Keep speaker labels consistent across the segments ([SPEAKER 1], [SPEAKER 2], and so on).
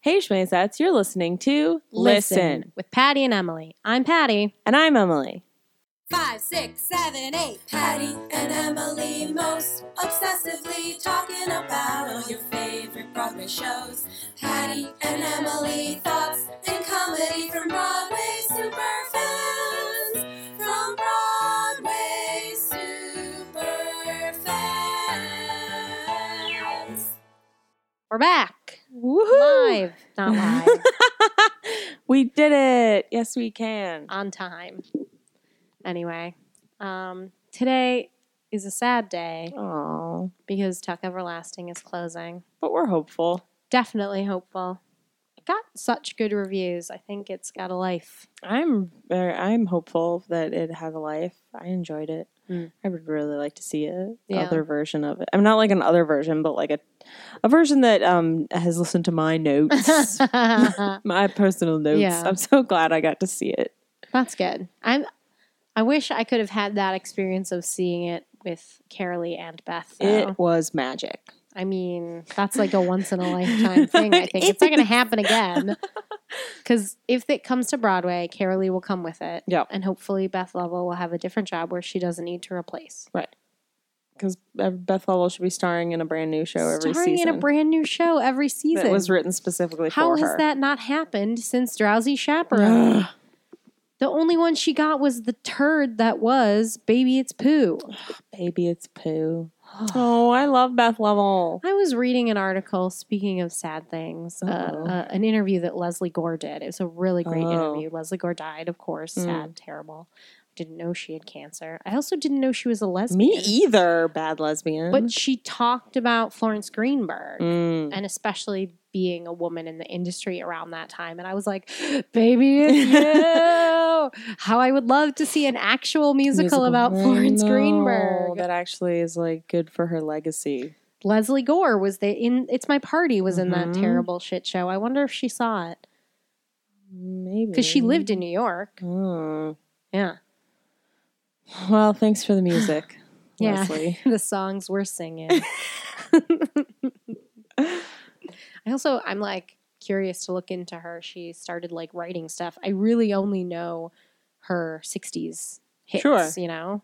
[SPEAKER 1] Hey, Schmazettes, you're listening to Listen.
[SPEAKER 2] with Patty and Emily. I'm Patty.
[SPEAKER 1] And I'm Emily.
[SPEAKER 3] Five, six, seven, eight. Patty and Emily most obsessively talking about all your favorite Broadway shows. Patty and Emily thoughts and comedy from Broadway superfans. From Broadway superfans.
[SPEAKER 2] We're back.
[SPEAKER 1] Woohoo!
[SPEAKER 2] Live. Not live.
[SPEAKER 1] we did it. Yes, we can.
[SPEAKER 2] on time. Anyway, um, today is a sad day
[SPEAKER 1] Aw.
[SPEAKER 2] because Tuck Everlasting is closing.
[SPEAKER 1] But we're hopeful.
[SPEAKER 2] Definitely hopeful. It got such good reviews. I think it's got a life.
[SPEAKER 1] I'm er, I'm hopeful that it has a life. I enjoyed it.
[SPEAKER 2] Mm.
[SPEAKER 1] I would really like to see a
[SPEAKER 2] Yeah.
[SPEAKER 1] other version of it. I'm not like an other version, but like a a version that um has listened to my notes,
[SPEAKER 2] That's
[SPEAKER 1] my personal notes.
[SPEAKER 2] Yeah.
[SPEAKER 1] I'm so glad I got to see it.
[SPEAKER 2] good. I'm. I wish I could have had that experience of seeing it with Carolee and Beth. though.
[SPEAKER 1] It was magic.
[SPEAKER 2] I mean, that's like a once in a lifetime thing. I think it's not going to happen again. Because if it comes to Broadway, Carolee will come with it.
[SPEAKER 1] Yep.
[SPEAKER 2] And hopefully Beth Lovell will have a different job where she doesn't need to replace.
[SPEAKER 1] Because Beth Lovell should be starring in a brand new show every
[SPEAKER 2] Starring
[SPEAKER 1] season.
[SPEAKER 2] in a brand new show every season.
[SPEAKER 1] that was written specifically
[SPEAKER 2] How
[SPEAKER 1] for
[SPEAKER 2] has
[SPEAKER 1] her.
[SPEAKER 2] that not happened since Drowsy Chaperone?
[SPEAKER 1] Ugh.
[SPEAKER 2] the only one she got was the turd that was Baby It's Pooh.
[SPEAKER 1] Baby, it's poo. Oh, I love Beth Lovell.
[SPEAKER 2] I was reading an article, speaking of sad things, uh,
[SPEAKER 1] Uh-oh.
[SPEAKER 2] uh, an interview that Leslie Gore did. It was a really great
[SPEAKER 1] Oh. Hmm.
[SPEAKER 2] interview. Leslie Gore died, of course, sad, terrible. Didn't know she had cancer. I also didn't know she was a lesbian.
[SPEAKER 1] Me either, bad lesbian.
[SPEAKER 2] But she talked about Florence Greenberg
[SPEAKER 1] Mm.
[SPEAKER 2] and especially being a woman in the industry around that time. And I was like, baby, it's you. How I would love to see an actual musical, about
[SPEAKER 1] I
[SPEAKER 2] Florence
[SPEAKER 1] know,
[SPEAKER 2] Greenberg.
[SPEAKER 1] That actually is like good for her legacy.
[SPEAKER 2] Leslie Gore was the in It's My Party was in that
[SPEAKER 1] Mhm.
[SPEAKER 2] terrible shit show. I wonder if she saw it
[SPEAKER 1] Maybe
[SPEAKER 2] because she lived in New York.
[SPEAKER 1] Oh.
[SPEAKER 2] Yeah.
[SPEAKER 1] Well, thanks for the music,
[SPEAKER 2] Yeah.
[SPEAKER 1] Leslie.
[SPEAKER 2] The songs we're singing. I also I'm like curious to look into her. She started like writing stuff. I really only know her 60s hits,
[SPEAKER 1] Sure.
[SPEAKER 2] you know.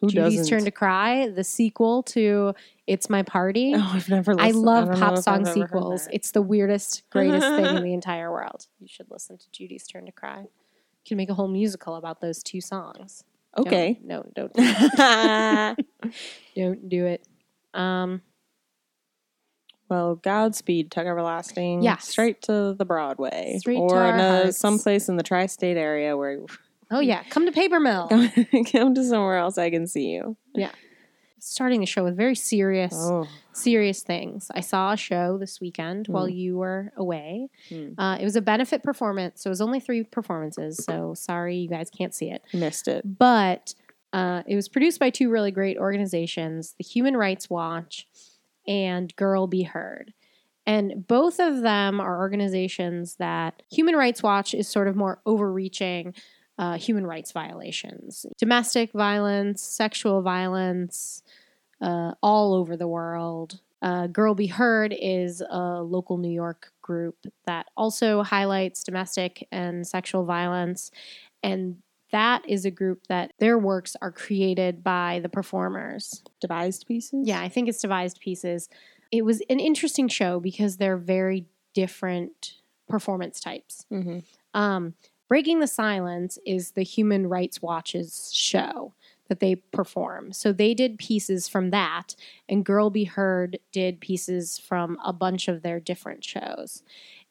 [SPEAKER 1] Who
[SPEAKER 2] Judy's
[SPEAKER 1] doesn't?
[SPEAKER 2] Turn to Cry, the sequel to It's My Party.
[SPEAKER 1] Oh, I've never.
[SPEAKER 2] I
[SPEAKER 1] Listened.
[SPEAKER 2] love
[SPEAKER 1] don't know
[SPEAKER 2] pop
[SPEAKER 1] if
[SPEAKER 2] song
[SPEAKER 1] I've ever heard
[SPEAKER 2] sequels.
[SPEAKER 1] that.
[SPEAKER 2] It's the weirdest, greatest thing in the entire world. You should listen to Judy's Turn to Cry. You can make a whole musical about those two songs. Don't-
[SPEAKER 1] okay.
[SPEAKER 2] No, don't do it. don't do it. Um,
[SPEAKER 1] well, Godspeed, Tug Everlasting.
[SPEAKER 2] Yes.
[SPEAKER 1] Straight to the Broadway.
[SPEAKER 2] Straight to
[SPEAKER 1] or
[SPEAKER 2] our
[SPEAKER 1] in a,
[SPEAKER 2] hearts.
[SPEAKER 1] someplace in the tri state area where
[SPEAKER 2] oh yeah, come to Paper Mill.
[SPEAKER 1] come to somewhere else I can see you.
[SPEAKER 2] Starting the show with very serious,
[SPEAKER 1] Oh.
[SPEAKER 2] serious things. I saw a show this weekend while you were away.
[SPEAKER 1] Hmm.
[SPEAKER 2] Uh, it was a benefit performance, so it was only three performances. So sorry, you guys can't see it.
[SPEAKER 1] Missed it.
[SPEAKER 2] but uh, it was produced by two really great organizations, the Human Rights Watch and Girl Be Heard. And both of them are organizations that Human Rights Watch is sort of more overreaching uh, human rights violations, domestic violence, sexual violence, uh, all over the world. Uh, Girl Be Heard is a local New York group that also highlights domestic and sexual violence. And that is a group that their works are created by the performers.
[SPEAKER 1] Devised pieces?
[SPEAKER 2] Yeah, I think it's devised pieces. It was an interesting show because they're very different performance types.
[SPEAKER 1] Mm-hmm.
[SPEAKER 2] Um, Breaking the Silence is the Human Rights Watch's show that they perform. So they did pieces from that, and Girl Be Heard did pieces from a bunch of their different shows.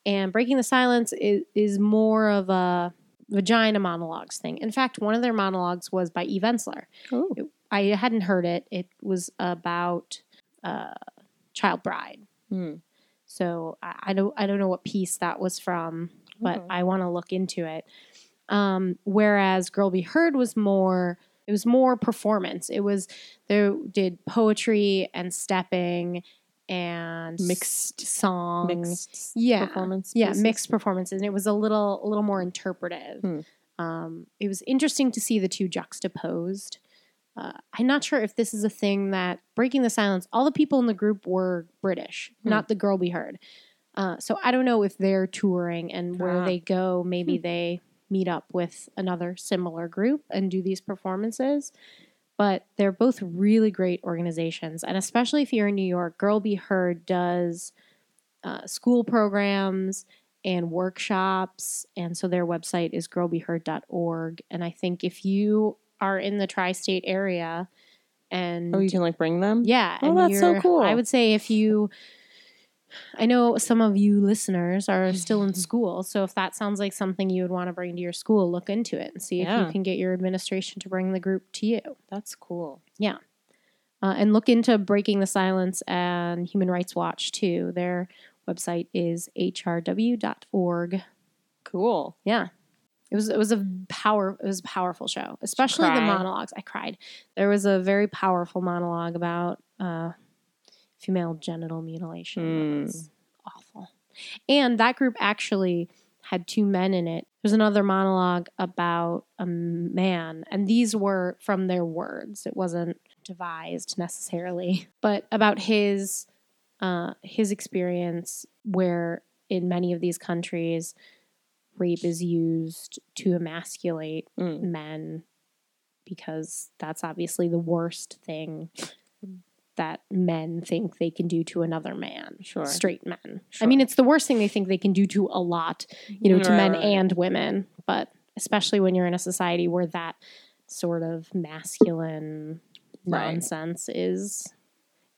[SPEAKER 2] And Breaking the Silence is, is more of a vagina monologues thing. In fact, one of their monologues was by Eve Ensler.
[SPEAKER 1] Oh.
[SPEAKER 2] I hadn't heard it. It was about uh, Child Bride.
[SPEAKER 1] Hmm.
[SPEAKER 2] So I, I don't I don't know what piece that was from, but
[SPEAKER 1] Okay.
[SPEAKER 2] I want to look into it. Um, whereas Girl Be Heard was more it was more performance. It was they did poetry and stepping and
[SPEAKER 1] Mixed-
[SPEAKER 2] song
[SPEAKER 1] Mixed
[SPEAKER 2] yeah.
[SPEAKER 1] performance?
[SPEAKER 2] yeah
[SPEAKER 1] pieces?
[SPEAKER 2] mixed performances and it was a little a little more interpretive
[SPEAKER 1] Hmm.
[SPEAKER 2] um, it was interesting to see the two juxtaposed uh, i'm not sure if this is a thing that breaking the silence all the people in the group were british
[SPEAKER 1] Hmm.
[SPEAKER 2] not the girl we heard Uh, so I don't know if they're touring and where
[SPEAKER 1] Ah.
[SPEAKER 2] they go. Maybe they meet up with another similar group and do these performances. But they're both really great organizations. And especially if you're in New York, Girl Be Heard does uh, school programs and workshops. And so their website is girlbeheard.org. And I think if you are in the tri state area and
[SPEAKER 1] Oh, you can like bring them.
[SPEAKER 2] yeah.
[SPEAKER 1] Oh, that's so
[SPEAKER 2] you're-
[SPEAKER 1] cool.
[SPEAKER 2] I would say if you, I know some of you listeners are still
[SPEAKER 1] Mm-hmm.
[SPEAKER 2] in school. So if that sounds like something you would want to bring to your school, look into it and see if
[SPEAKER 1] Yeah.
[SPEAKER 2] you can get your administration to bring the group to you.
[SPEAKER 1] that's cool.
[SPEAKER 2] Uh, and look into Breaking the Silence and Human Rights Watch too. Their website is hrw.org.
[SPEAKER 1] Cool.
[SPEAKER 2] Yeah. It was it was a power it was a powerful show, especially the
[SPEAKER 1] cry?
[SPEAKER 2] monologues. I cried. There was a very powerful monologue about uh, female genital mutilation. That
[SPEAKER 1] Mm.
[SPEAKER 2] was awful, and that group actually had two men in it. There's another monologue about a man, and these were from their words. It wasn't devised necessarily, but about his uh, his experience where in many of these countries rape is used to emasculate
[SPEAKER 1] Mm.
[SPEAKER 2] men because that's obviously the worst thing that men think they can do to another man
[SPEAKER 1] Sure.
[SPEAKER 2] straight men i
[SPEAKER 1] Sure.
[SPEAKER 2] mean it's the worst thing they think they can do to a lot you know to
[SPEAKER 1] Right,
[SPEAKER 2] men
[SPEAKER 1] right.
[SPEAKER 2] and women but especially when you're in a society where that sort of masculine
[SPEAKER 1] Right.
[SPEAKER 2] nonsense is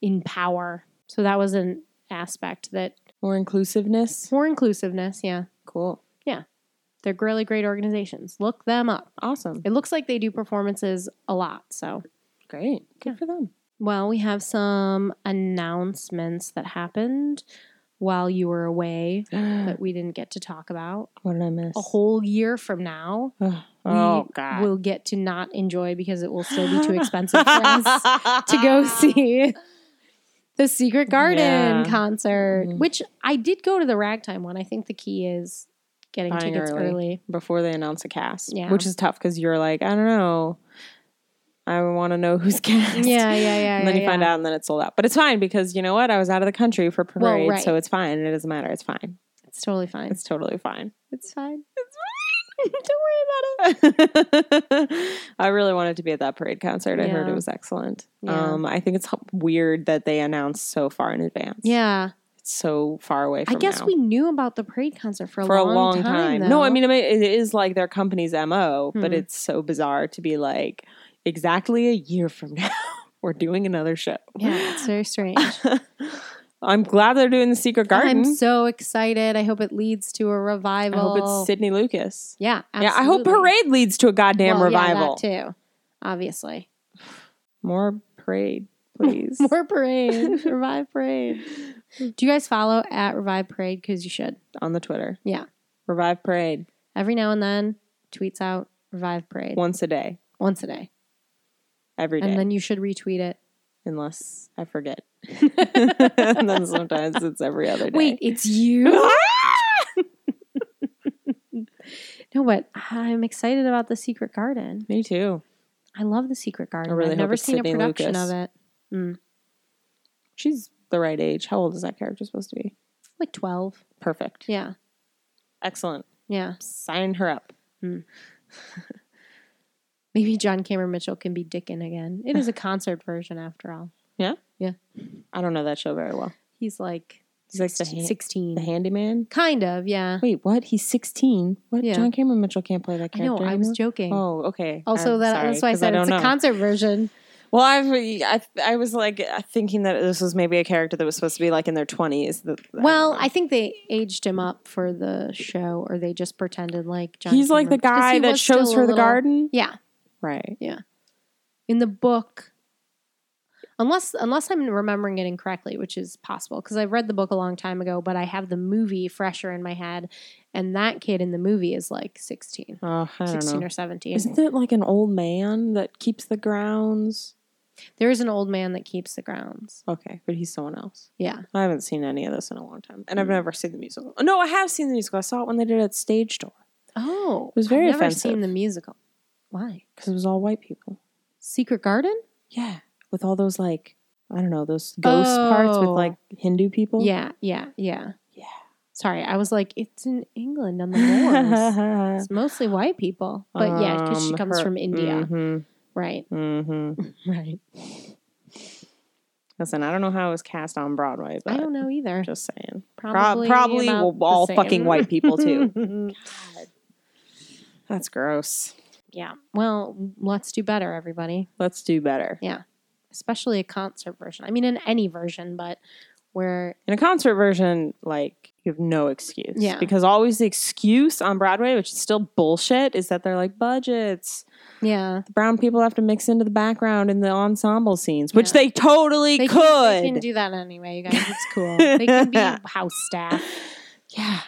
[SPEAKER 2] in power so that was an aspect that
[SPEAKER 1] More inclusiveness.
[SPEAKER 2] more inclusiveness yeah
[SPEAKER 1] Cool.
[SPEAKER 2] they're really great organizations look them up
[SPEAKER 1] Awesome.
[SPEAKER 2] it looks like they do performances a lot. So,
[SPEAKER 1] Great. Good
[SPEAKER 2] Yeah.
[SPEAKER 1] for them.
[SPEAKER 2] well, we have some announcements that happened while you were away
[SPEAKER 1] Mm.
[SPEAKER 2] that we didn't get to talk about.
[SPEAKER 1] what did I miss?
[SPEAKER 2] A whole year from now,
[SPEAKER 1] Ugh.
[SPEAKER 2] we
[SPEAKER 1] oh God.
[SPEAKER 2] will get to not enjoy because it will still be too expensive for us to go see the Secret Garden
[SPEAKER 1] Yeah.
[SPEAKER 2] concert,
[SPEAKER 1] Mhm.
[SPEAKER 2] which I did go to the Ragtime one. I think the key is getting
[SPEAKER 1] Buying
[SPEAKER 2] tickets
[SPEAKER 1] early.
[SPEAKER 2] early.
[SPEAKER 1] before they announce a cast.
[SPEAKER 2] Yeah.
[SPEAKER 1] Which is tough because you're like, I don't know. I want to know who's cast.
[SPEAKER 2] Yeah, yeah, yeah.
[SPEAKER 1] And then
[SPEAKER 2] yeah,
[SPEAKER 1] you find
[SPEAKER 2] yeah.
[SPEAKER 1] out, and then it's sold out. But it's fine because you know what? I was out of the country for
[SPEAKER 2] Well,
[SPEAKER 1] parade,
[SPEAKER 2] right.
[SPEAKER 1] so it's fine. It doesn't matter. It's fine.
[SPEAKER 2] It's totally fine.
[SPEAKER 1] It's totally fine.
[SPEAKER 2] It's fine.
[SPEAKER 1] Don't worry about it. I really wanted to be at that parade concert. I heard
[SPEAKER 2] Yeah.
[SPEAKER 1] it was excellent.
[SPEAKER 2] Yeah.
[SPEAKER 1] Um, I think it's h- weird that they announced so far in advance.
[SPEAKER 2] Yeah.
[SPEAKER 1] It's so far away
[SPEAKER 2] I
[SPEAKER 1] from
[SPEAKER 2] guess
[SPEAKER 1] now.
[SPEAKER 2] we knew about the parade concert for a,
[SPEAKER 1] for
[SPEAKER 2] long,
[SPEAKER 1] a long time.
[SPEAKER 2] time.
[SPEAKER 1] no, I
[SPEAKER 2] though.
[SPEAKER 1] mean, I mean, it is like their company's MO, but
[SPEAKER 2] Hmm.
[SPEAKER 1] it's so bizarre to be like, exactly a year from now, we're doing another show.
[SPEAKER 2] yeah, it's very strange.
[SPEAKER 1] I'm glad they're doing the Secret Garden.
[SPEAKER 2] I'm so excited. I hope it leads to a
[SPEAKER 1] I
[SPEAKER 2] revival.
[SPEAKER 1] hope it's Sydney Lucas.
[SPEAKER 2] yeah,
[SPEAKER 1] Yeah, I hope
[SPEAKER 2] absolutely.
[SPEAKER 1] Parade leads to a goddamn
[SPEAKER 2] Well, yeah,
[SPEAKER 1] revival.
[SPEAKER 2] that too. Obviously,
[SPEAKER 1] More Parade, please.
[SPEAKER 2] more parade, revive parade. Do you guys follow at revive parade? Because you should.
[SPEAKER 1] On the Twitter.
[SPEAKER 2] Yeah.
[SPEAKER 1] Revive Parade
[SPEAKER 2] Every now and then, tweets out revive parade
[SPEAKER 1] once a day,
[SPEAKER 2] once a day,
[SPEAKER 1] every day,
[SPEAKER 2] and then you should retweet it.
[SPEAKER 1] unless I forget. and then sometimes it's every other day.
[SPEAKER 2] Wait, it's you? no, but I'm excited about the Secret Garden.
[SPEAKER 1] Me too.
[SPEAKER 2] I love The Secret Garden.
[SPEAKER 1] really
[SPEAKER 2] I've
[SPEAKER 1] hope
[SPEAKER 2] never
[SPEAKER 1] it's
[SPEAKER 2] seen a
[SPEAKER 1] Sidney
[SPEAKER 2] production
[SPEAKER 1] Lucas.
[SPEAKER 2] of it.
[SPEAKER 1] She's the right age. How old is that character supposed to be?
[SPEAKER 2] Like 12.
[SPEAKER 1] Perfect.
[SPEAKER 2] Yeah.
[SPEAKER 1] Excellent.
[SPEAKER 2] Yeah.
[SPEAKER 1] Sign her up.
[SPEAKER 2] Maybe John Cameron Mitchell can be Dickon again. It is a concert version after all.
[SPEAKER 1] I don't know that show very well.
[SPEAKER 2] He's like
[SPEAKER 1] He's like the, hand-
[SPEAKER 2] 16.
[SPEAKER 1] the handyman.
[SPEAKER 2] Kind of, yeah.
[SPEAKER 1] Wait, what? He's 16. What?
[SPEAKER 2] Yeah.
[SPEAKER 1] John Cameron Mitchell can't play that
[SPEAKER 2] I know,
[SPEAKER 1] character.
[SPEAKER 2] I was joking.
[SPEAKER 1] anymore? Oh, okay.
[SPEAKER 2] also,
[SPEAKER 1] I'm
[SPEAKER 2] that,
[SPEAKER 1] sorry,
[SPEAKER 2] that's why I
[SPEAKER 1] 'cause
[SPEAKER 2] said
[SPEAKER 1] don't
[SPEAKER 2] it's a
[SPEAKER 1] know.
[SPEAKER 2] concert version.
[SPEAKER 1] Well, I've, I I was like uh, thinking that this was maybe a character that was supposed to be like in their 20s. that- I don't
[SPEAKER 2] Well,
[SPEAKER 1] know.
[SPEAKER 2] I think they aged him up for the show, or they just pretended like John.
[SPEAKER 1] he's like the
[SPEAKER 2] Cameron- 'cause
[SPEAKER 1] guy
[SPEAKER 2] he
[SPEAKER 1] that
[SPEAKER 2] was still
[SPEAKER 1] shows
[SPEAKER 2] a
[SPEAKER 1] her the
[SPEAKER 2] little-
[SPEAKER 1] garden.
[SPEAKER 2] Yeah,
[SPEAKER 1] Right.
[SPEAKER 2] in the book unless unless i'm remembering it incorrectly which is possible because i read the book a long time ago but i have the movie fresher in my head and that kid in the movie is like 16
[SPEAKER 1] Oh, I don't
[SPEAKER 2] 16
[SPEAKER 1] know.
[SPEAKER 2] or 17
[SPEAKER 1] Isn't it like an old man that keeps the grounds?
[SPEAKER 2] there is an old man that keeps the grounds
[SPEAKER 1] Okay, but he's someone else.
[SPEAKER 2] yeah
[SPEAKER 1] I haven't seen any of this in a long time, and I've
[SPEAKER 2] Hmm.
[SPEAKER 1] never seen the musical. No, I have seen the musical. I saw it when they did it at Stage Door
[SPEAKER 2] oh
[SPEAKER 1] was very
[SPEAKER 2] I've never seen
[SPEAKER 1] offensive.
[SPEAKER 2] the musical why
[SPEAKER 1] because it was all white people.
[SPEAKER 2] secret garden
[SPEAKER 1] Yeah, with all those like I don't know those ghost parts with
[SPEAKER 2] Oh.
[SPEAKER 1] like Hindu people.
[SPEAKER 2] yeah yeah yeah
[SPEAKER 1] yeah,
[SPEAKER 2] Sorry, I was like, it's in England on the moors. it's mostly white people. But yeah, because she
[SPEAKER 1] Um,
[SPEAKER 2] comes
[SPEAKER 1] her-
[SPEAKER 2] from India.
[SPEAKER 1] Mm-hmm,
[SPEAKER 2] Right.
[SPEAKER 1] mm-hmm.
[SPEAKER 2] Right.
[SPEAKER 1] Listen, I don't know how it was cast on Broadway,
[SPEAKER 2] I
[SPEAKER 1] but
[SPEAKER 2] don't know either.
[SPEAKER 1] just saying.
[SPEAKER 2] Probably,
[SPEAKER 1] Pro- probably
[SPEAKER 2] about
[SPEAKER 1] w-
[SPEAKER 2] the
[SPEAKER 1] all
[SPEAKER 2] same.
[SPEAKER 1] fucking white people too. That's gross.
[SPEAKER 2] yeah. Well, let's do better, everybody.
[SPEAKER 1] Let's do better.
[SPEAKER 2] Especially a concert version. I mean, in any version, but where
[SPEAKER 1] In a concert version, like you have no excuse.
[SPEAKER 2] Yeah.
[SPEAKER 1] Because always the excuse on Broadway, which is still bullshit, is that they're like budgets.
[SPEAKER 2] yeah,
[SPEAKER 1] The brown people have to mix into the background in the ensemble scenes, which
[SPEAKER 2] Yeah.
[SPEAKER 1] they totally
[SPEAKER 2] they
[SPEAKER 1] could.
[SPEAKER 2] Can, they can do that anyway. You guys, it's cool. they can be house staff
[SPEAKER 1] yeah.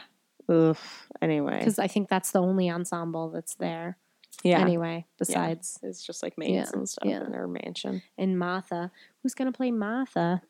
[SPEAKER 1] Oof. Anyway.
[SPEAKER 2] because I think that's the only ensemble that's there
[SPEAKER 1] Yeah.
[SPEAKER 2] anyway. Besides,
[SPEAKER 1] It's just like maids and stuff
[SPEAKER 2] yeah.
[SPEAKER 1] in their mansion.
[SPEAKER 2] and Martha, who's gonna play Martha?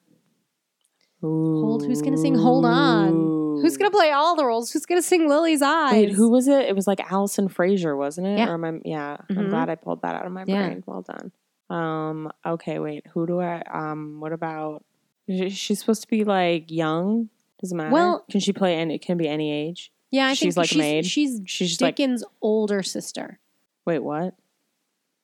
[SPEAKER 2] who's gonna sing Hold On? Who's gonna play all the roles? Who's gonna sing Lily's eyes?
[SPEAKER 1] Wait, who was it? It was like Allison Fraser, wasn't it?
[SPEAKER 2] Yeah.
[SPEAKER 1] Or am I, yeah.
[SPEAKER 2] Mhm.
[SPEAKER 1] I'm glad I pulled that out of my
[SPEAKER 2] Yeah.
[SPEAKER 1] brain. Well done. Um. Okay. Wait. Who do I? Um. What about? is She's supposed to be like young. Doesn't matter.
[SPEAKER 2] Well-
[SPEAKER 1] can she play any? It can be any age.
[SPEAKER 2] Yeah, I
[SPEAKER 1] She's
[SPEAKER 2] think
[SPEAKER 1] like
[SPEAKER 2] she's,
[SPEAKER 1] maid.
[SPEAKER 2] She's
[SPEAKER 1] She's just like.
[SPEAKER 2] Dickens' older sister.
[SPEAKER 1] Wait. What?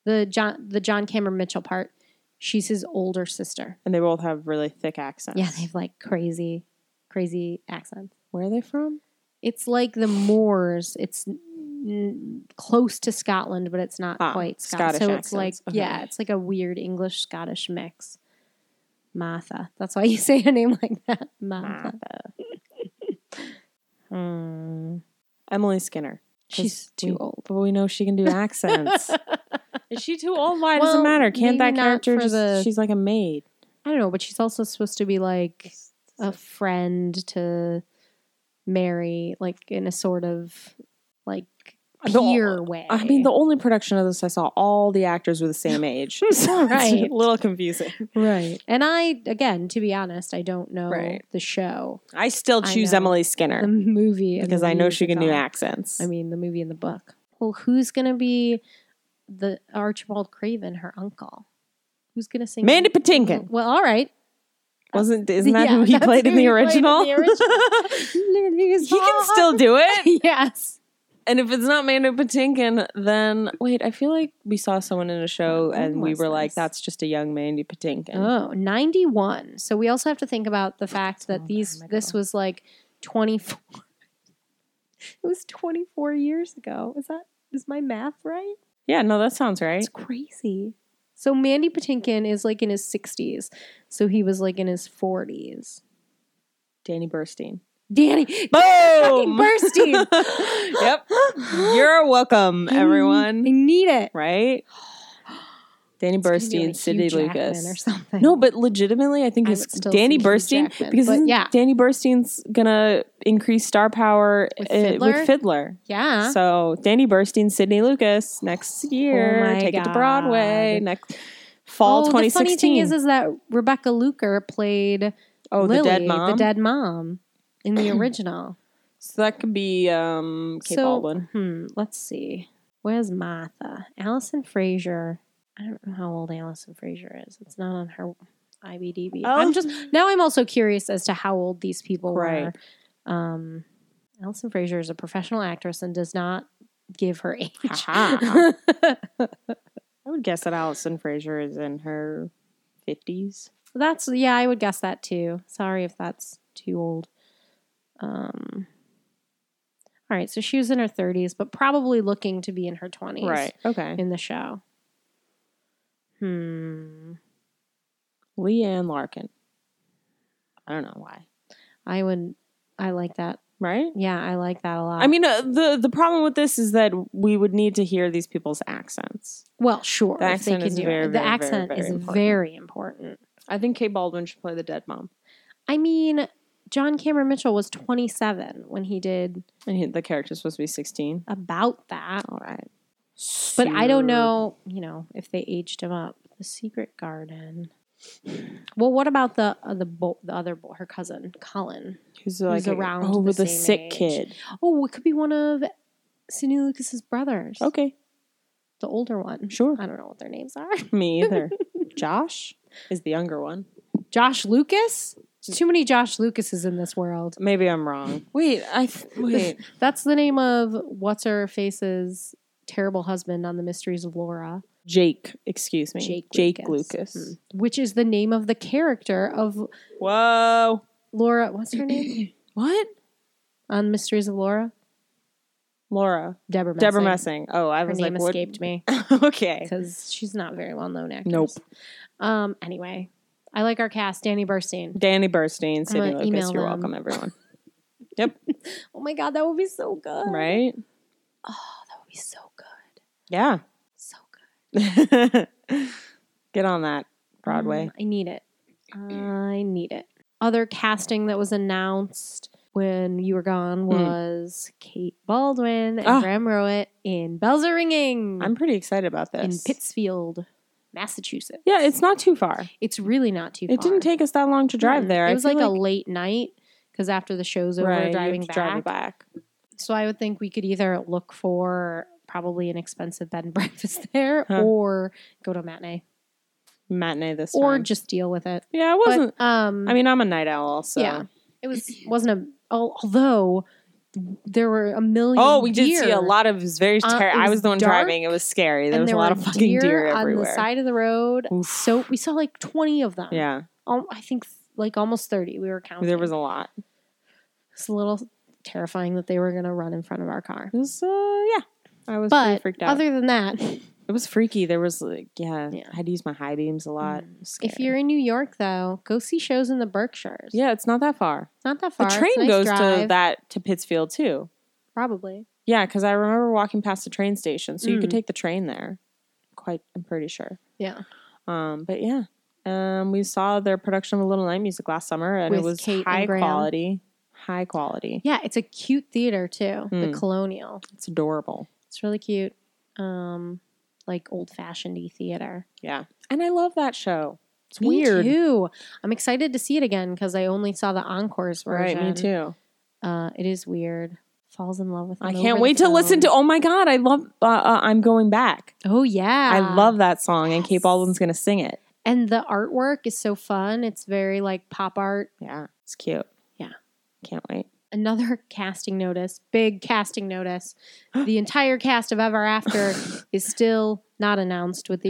[SPEAKER 2] The John the John Cameron Mitchell part. She's his older sister.
[SPEAKER 1] And they both have really thick accents.
[SPEAKER 2] Yeah, they have like crazy, crazy accents.
[SPEAKER 1] Where are they from?
[SPEAKER 2] It's like the Moors. It's n- close to Scotland, but it's not
[SPEAKER 1] Ah,
[SPEAKER 2] quite Scotland.
[SPEAKER 1] Scottish
[SPEAKER 2] so it's like
[SPEAKER 1] accents. Uh-huh. Okay.
[SPEAKER 2] yeah, it's like a weird English Scottish mix. Martha. That's why you say her name like that. Martha.
[SPEAKER 1] Hmm. Emily Skinner.
[SPEAKER 2] She's
[SPEAKER 1] we-
[SPEAKER 2] too old.
[SPEAKER 1] But we know she can do accents. Is she too old? Why does
[SPEAKER 2] Well,
[SPEAKER 1] it matter? Can't that
[SPEAKER 2] maybe not
[SPEAKER 1] character
[SPEAKER 2] for
[SPEAKER 1] just
[SPEAKER 2] the-
[SPEAKER 1] she's like a maid.
[SPEAKER 2] I don't know, but she's also supposed to be like a friend to Mary, like in a sort of like
[SPEAKER 1] The-
[SPEAKER 2] peer way.
[SPEAKER 1] I mean, the only production of this I saw, all the actors were the same age. So
[SPEAKER 2] Right.
[SPEAKER 1] It's a little confusing.
[SPEAKER 2] right. And I, again, to be honest, I don't know
[SPEAKER 1] Right.
[SPEAKER 2] the show,
[SPEAKER 1] I still
[SPEAKER 2] I
[SPEAKER 1] choose
[SPEAKER 2] know.
[SPEAKER 1] Emily
[SPEAKER 2] the
[SPEAKER 1] Skinner
[SPEAKER 2] movie, and
[SPEAKER 1] because
[SPEAKER 2] the
[SPEAKER 1] I know she can do
[SPEAKER 2] musical.
[SPEAKER 1] accents.
[SPEAKER 2] I mean, the movie and the book. Well, who's gonna be the Archibald Craven, her uncle? Who's gonna sing?
[SPEAKER 1] Mandy Patinkin
[SPEAKER 2] Well, all right.
[SPEAKER 1] wasn't isn't that
[SPEAKER 2] Yeah,
[SPEAKER 1] who he
[SPEAKER 2] that's
[SPEAKER 1] played in
[SPEAKER 2] who
[SPEAKER 1] the
[SPEAKER 2] he played in
[SPEAKER 1] original?
[SPEAKER 2] the original.
[SPEAKER 1] he can still do it.
[SPEAKER 2] yes.
[SPEAKER 1] And if it's not Mandy Patinkin, then wait, I feel like we saw someone in a show
[SPEAKER 2] When
[SPEAKER 1] and we
[SPEAKER 2] was
[SPEAKER 1] were like,
[SPEAKER 2] this?
[SPEAKER 1] "That's just a young Mandy Patinkin."
[SPEAKER 2] Oh, 91. So we also have to think about the fact that
[SPEAKER 1] long
[SPEAKER 2] these
[SPEAKER 1] time
[SPEAKER 2] this
[SPEAKER 1] ago.
[SPEAKER 2] was like 24 It was 24 years ago. Is that is my math right?
[SPEAKER 1] Yeah, no, that sounds right.
[SPEAKER 2] It's crazy. So Mandy Patinkin is like in his 60s. So he was like in his 40s.
[SPEAKER 1] Danny Burstein.
[SPEAKER 2] Danny
[SPEAKER 1] Boom!
[SPEAKER 2] Burstein.
[SPEAKER 1] yep. You're welcome,
[SPEAKER 2] I
[SPEAKER 1] everyone.
[SPEAKER 2] need it.
[SPEAKER 1] Right? Danny
[SPEAKER 2] It's gonna be like
[SPEAKER 1] Burstein,
[SPEAKER 2] Hugh
[SPEAKER 1] Sidney
[SPEAKER 2] Jackman or
[SPEAKER 1] Lucas.
[SPEAKER 2] something.
[SPEAKER 1] No, but legitimately, I think
[SPEAKER 2] I
[SPEAKER 1] it's
[SPEAKER 2] would still
[SPEAKER 1] Danny
[SPEAKER 2] see Hugh
[SPEAKER 1] Burstein
[SPEAKER 2] Jackman,
[SPEAKER 1] because
[SPEAKER 2] but
[SPEAKER 1] isn't
[SPEAKER 2] yeah.
[SPEAKER 1] Danny Burstein's gonna increase star power
[SPEAKER 2] With
[SPEAKER 1] uh,
[SPEAKER 2] Fiddler?
[SPEAKER 1] with Fiddler.
[SPEAKER 2] Yeah.
[SPEAKER 1] So Danny Burstein, Sidney Lucas next year.
[SPEAKER 2] Oh my
[SPEAKER 1] take it to Broadway
[SPEAKER 2] God.
[SPEAKER 1] next fall
[SPEAKER 2] oh, the funny
[SPEAKER 1] 2016.
[SPEAKER 2] thing is, is that Rebecca Luker played
[SPEAKER 1] oh,
[SPEAKER 2] Lily,
[SPEAKER 1] the dead mom.
[SPEAKER 2] dead mom in the original.
[SPEAKER 1] so that could be um, Kate
[SPEAKER 2] So-
[SPEAKER 1] Baldwin.
[SPEAKER 2] hmm, let's see. Where's Martha? Allison Fraser. I don't know how old Allison Fraser is. It's not on her IMDb.
[SPEAKER 1] Oh,
[SPEAKER 2] I'm just now. I'm also curious as to how old these people
[SPEAKER 1] Right.
[SPEAKER 2] were. Um, Allison Fraser is a professional actress and does not give her age.
[SPEAKER 1] Aha. I would guess that Allison Fraser is in her 50s.
[SPEAKER 2] That's yeah, I would guess that too. Sorry if that's too old. Um All right, so she was in her 30s, but probably looking to be in her 20s
[SPEAKER 1] Okay.
[SPEAKER 2] in the show. Hmm.
[SPEAKER 1] Leanne Larkin. I don't know why.
[SPEAKER 2] I would I like that.
[SPEAKER 1] Right?
[SPEAKER 2] Yeah, I like that a lot.
[SPEAKER 1] I mean, uh, the the problem with this is that we would need to hear these people's accents.
[SPEAKER 2] well, sure.
[SPEAKER 1] the
[SPEAKER 2] if
[SPEAKER 1] accent is very,
[SPEAKER 2] it.
[SPEAKER 1] very,
[SPEAKER 2] the
[SPEAKER 1] very,
[SPEAKER 2] accent
[SPEAKER 1] very
[SPEAKER 2] is
[SPEAKER 1] important.
[SPEAKER 2] very important.
[SPEAKER 1] I think Kate Baldwin should play the dead mom,
[SPEAKER 2] I mean, John Cameron Mitchell was 27 when he did
[SPEAKER 1] and he, the character's supposed to be sixteen.
[SPEAKER 2] about that.
[SPEAKER 1] All right,
[SPEAKER 2] But I don't know, you know, if they aged him up. The Secret Garden. Well, what about the uh, the bo- the other bo- her cousin Colin?
[SPEAKER 1] who's like
[SPEAKER 2] who's
[SPEAKER 1] a-
[SPEAKER 2] around
[SPEAKER 1] Oh,
[SPEAKER 2] the
[SPEAKER 1] with the
[SPEAKER 2] same
[SPEAKER 1] sick
[SPEAKER 2] age.
[SPEAKER 1] kid.
[SPEAKER 2] Oh, it could be one of Sidney Lucas's brothers.
[SPEAKER 1] Okay,
[SPEAKER 2] the older one.
[SPEAKER 1] Sure.
[SPEAKER 2] I don't know what their names are.
[SPEAKER 1] me either. Josh is the younger one.
[SPEAKER 2] Josh Lucas. There's too many Josh Lucases in this world.
[SPEAKER 1] Maybe I'm wrong. Wait, I th- wait.
[SPEAKER 2] That's the name of what's her face's terrible husband on the Mysteries of Laura,
[SPEAKER 1] Jake, excuse me.
[SPEAKER 2] Jake.
[SPEAKER 1] Lucas.
[SPEAKER 2] Hmm. which is the name of the character of
[SPEAKER 1] Whoa.
[SPEAKER 2] Laura. What's her name
[SPEAKER 1] What?
[SPEAKER 2] on Mysteries of Laura?
[SPEAKER 1] Laura.
[SPEAKER 2] Deborah. Messing.
[SPEAKER 1] Deborah Messing. Oh, I
[SPEAKER 2] Her
[SPEAKER 1] was
[SPEAKER 2] name
[SPEAKER 1] like, what?
[SPEAKER 2] escaped me
[SPEAKER 1] okay.
[SPEAKER 2] because she's not a very well known actress.
[SPEAKER 1] Nope.
[SPEAKER 2] Um. Anyway, I like our cast. Danny Burstein.
[SPEAKER 1] Danny Burstein, Sidney
[SPEAKER 2] gonna email
[SPEAKER 1] Lucas. You're
[SPEAKER 2] them.
[SPEAKER 1] welcome, everyone.
[SPEAKER 2] Oh my God, that would be so good.
[SPEAKER 1] right?
[SPEAKER 2] Oh, that would be so good.
[SPEAKER 1] Yeah.
[SPEAKER 2] So good.
[SPEAKER 1] Get on that, Broadway.
[SPEAKER 2] Mm, I need it. I need it. Other casting that was announced when you were gone was Kate Baldwin and
[SPEAKER 1] Hmm. Ah.
[SPEAKER 2] Graham Rowett in Bells Are Ringing
[SPEAKER 1] I'm pretty excited about
[SPEAKER 2] Mm. in
[SPEAKER 1] this.
[SPEAKER 2] Pittsfield, Massachusetts.
[SPEAKER 1] yeah, it's not too far.
[SPEAKER 2] It's really not too far.
[SPEAKER 1] It didn't take us that long to drive
[SPEAKER 2] Mm,
[SPEAKER 1] there.
[SPEAKER 2] It
[SPEAKER 1] I
[SPEAKER 2] was
[SPEAKER 1] feel
[SPEAKER 2] like, a late night because after the show's over,
[SPEAKER 1] right, you
[SPEAKER 2] driving
[SPEAKER 1] have to
[SPEAKER 2] back.
[SPEAKER 1] drive it back.
[SPEAKER 2] So I would think we could either look for probably an expensive bed and breakfast there
[SPEAKER 1] Huh.
[SPEAKER 2] or go to a matinee
[SPEAKER 1] matinee this time.
[SPEAKER 2] or just deal with it.
[SPEAKER 1] yeah, it wasn't.
[SPEAKER 2] but, um,
[SPEAKER 1] I mean, uh, I'm a night owl, so
[SPEAKER 2] Yeah, it was wasn't a. al- Although there were a million.
[SPEAKER 1] Oh, we did see
[SPEAKER 2] deer,
[SPEAKER 1] a lot of. It was very.
[SPEAKER 2] Uh,
[SPEAKER 1] Ter-
[SPEAKER 2] it
[SPEAKER 1] I
[SPEAKER 2] was
[SPEAKER 1] was the one
[SPEAKER 2] dark,
[SPEAKER 1] driving. It was scary. There
[SPEAKER 2] and
[SPEAKER 1] was a lot
[SPEAKER 2] were
[SPEAKER 1] of fucking deer, everywhere.
[SPEAKER 2] on the side of the road.
[SPEAKER 1] Oof.
[SPEAKER 2] So we saw like twenty of them.
[SPEAKER 1] yeah,
[SPEAKER 2] Al- I think like almost thirty. We were counting.
[SPEAKER 1] there was a lot.
[SPEAKER 2] It's a little terrifying that they were going to run in front of our car.
[SPEAKER 1] It was, uh, yeah, I was pretty
[SPEAKER 2] But
[SPEAKER 1] freaked out.
[SPEAKER 2] other than that,
[SPEAKER 1] it was freaky. There was like, yeah,
[SPEAKER 2] Yeah. Mm.
[SPEAKER 1] I had to use my high beams a lot. It was
[SPEAKER 2] if
[SPEAKER 1] scary.
[SPEAKER 2] you're in New York, though, go see shows in the Berkshires.
[SPEAKER 1] yeah, it's not that far.
[SPEAKER 2] It's not that
[SPEAKER 1] the
[SPEAKER 2] far. It's a
[SPEAKER 1] train
[SPEAKER 2] nice
[SPEAKER 1] goes to
[SPEAKER 2] drive,
[SPEAKER 1] that to Pittsfield too.
[SPEAKER 2] probably.
[SPEAKER 1] Yeah, because I remember walking past the train station, so you
[SPEAKER 2] Mm.
[SPEAKER 1] could take the train there. Quite, I'm pretty sure.
[SPEAKER 2] Yeah,
[SPEAKER 1] Um, but yeah, um, we saw their production of Little Night Music last summer, and it
[SPEAKER 2] With
[SPEAKER 1] was
[SPEAKER 2] Kate and
[SPEAKER 1] high
[SPEAKER 2] Graham.
[SPEAKER 1] quality. High quality.
[SPEAKER 2] yeah. It's a cute theater too.
[SPEAKER 1] Mm.
[SPEAKER 2] The Colonial.
[SPEAKER 1] It's adorable.
[SPEAKER 2] It's really cute. Um, like old fashioned y theater.
[SPEAKER 1] Yeah, and I love that show. It's
[SPEAKER 2] Me
[SPEAKER 1] weird.
[SPEAKER 2] too. I'm excited to see it again because I only saw the encores
[SPEAKER 1] Right, me
[SPEAKER 2] version.
[SPEAKER 1] too.
[SPEAKER 2] Uh, it is weird. Falls in love with.
[SPEAKER 1] I
[SPEAKER 2] him
[SPEAKER 1] can't
[SPEAKER 2] over
[SPEAKER 1] wait
[SPEAKER 2] the
[SPEAKER 1] to listen to.
[SPEAKER 2] phone.
[SPEAKER 1] Oh my god, I love. Uh, uh, I'm going back.
[SPEAKER 2] Oh yeah,
[SPEAKER 1] I love that song, and
[SPEAKER 2] yes.
[SPEAKER 1] Kate Baldwin's gonna sing it.
[SPEAKER 2] And the artwork is so fun. It's very like pop art.
[SPEAKER 1] Yeah, it's cute.
[SPEAKER 2] Yeah.
[SPEAKER 1] can't wait.
[SPEAKER 2] Another casting notice. Big casting notice. The entire cast of Ever After is still not announced, with the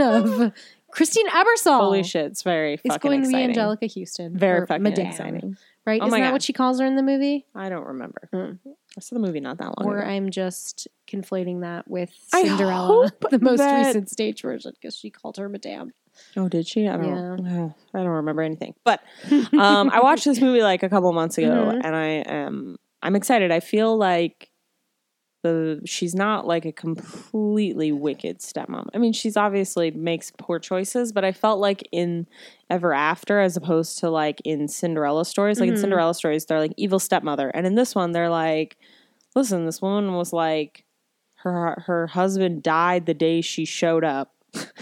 [SPEAKER 2] of Christine Ebersole.
[SPEAKER 1] Holy shit, it's very
[SPEAKER 2] It's
[SPEAKER 1] fucking
[SPEAKER 2] going
[SPEAKER 1] exciting.
[SPEAKER 2] to be Angelica Houston.
[SPEAKER 1] Very
[SPEAKER 2] or
[SPEAKER 1] fucking
[SPEAKER 2] Madame,
[SPEAKER 1] exciting.
[SPEAKER 2] Right?
[SPEAKER 1] Oh
[SPEAKER 2] Isn't
[SPEAKER 1] my
[SPEAKER 2] that
[SPEAKER 1] God.
[SPEAKER 2] what she calls her in the movie?
[SPEAKER 1] I don't remember.
[SPEAKER 2] Mm.
[SPEAKER 1] I saw the movie not that long
[SPEAKER 2] or
[SPEAKER 1] ago.
[SPEAKER 2] I'm just conflating that with
[SPEAKER 1] Oh I
[SPEAKER 2] Cinderella,
[SPEAKER 1] hope
[SPEAKER 2] the most
[SPEAKER 1] that-
[SPEAKER 2] recent stage version, because she called her Madame.
[SPEAKER 1] Oh, did she? I don't. Ugh, I don't remember anything. But um, I watched this movie like a couple months ago,
[SPEAKER 2] Mhm.
[SPEAKER 1] and I am I'm excited. I feel like the she's not like a completely wicked stepmom. I mean, she's obviously makes poor choices, but I felt like in Ever After, as opposed to like in Cinderella stories, like
[SPEAKER 2] Mhm.
[SPEAKER 1] in Cinderella stories, they're like evil stepmother, and in this one, they're like, listen, this woman was like her her husband died the day she showed up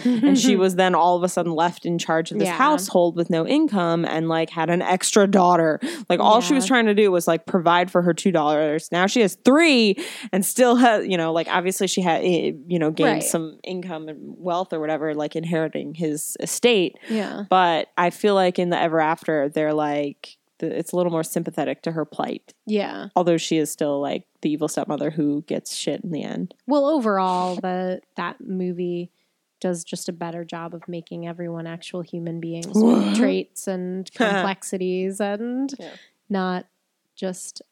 [SPEAKER 1] and she was then all of a sudden left in charge of this
[SPEAKER 2] Yeah.
[SPEAKER 1] household with no income and like had an extra daughter. Like all she
[SPEAKER 2] Yeah.
[SPEAKER 1] was trying to do was like provide for her two daughters. Now she has three and still has, you know, like obviously she had, eh, you know, gained
[SPEAKER 2] Right.
[SPEAKER 1] some income and wealth or whatever, like inheriting his estate.
[SPEAKER 2] yeah.
[SPEAKER 1] But I feel like in the Ever After, they're like, th- it's a little more sympathetic to her plight,
[SPEAKER 2] Yeah.
[SPEAKER 1] although she is still like the evil stepmother who gets shit in the end.
[SPEAKER 2] Well, overall, the that movie does just a better job of making everyone actual human beings with traits and complexities and
[SPEAKER 1] Yeah.
[SPEAKER 2] not just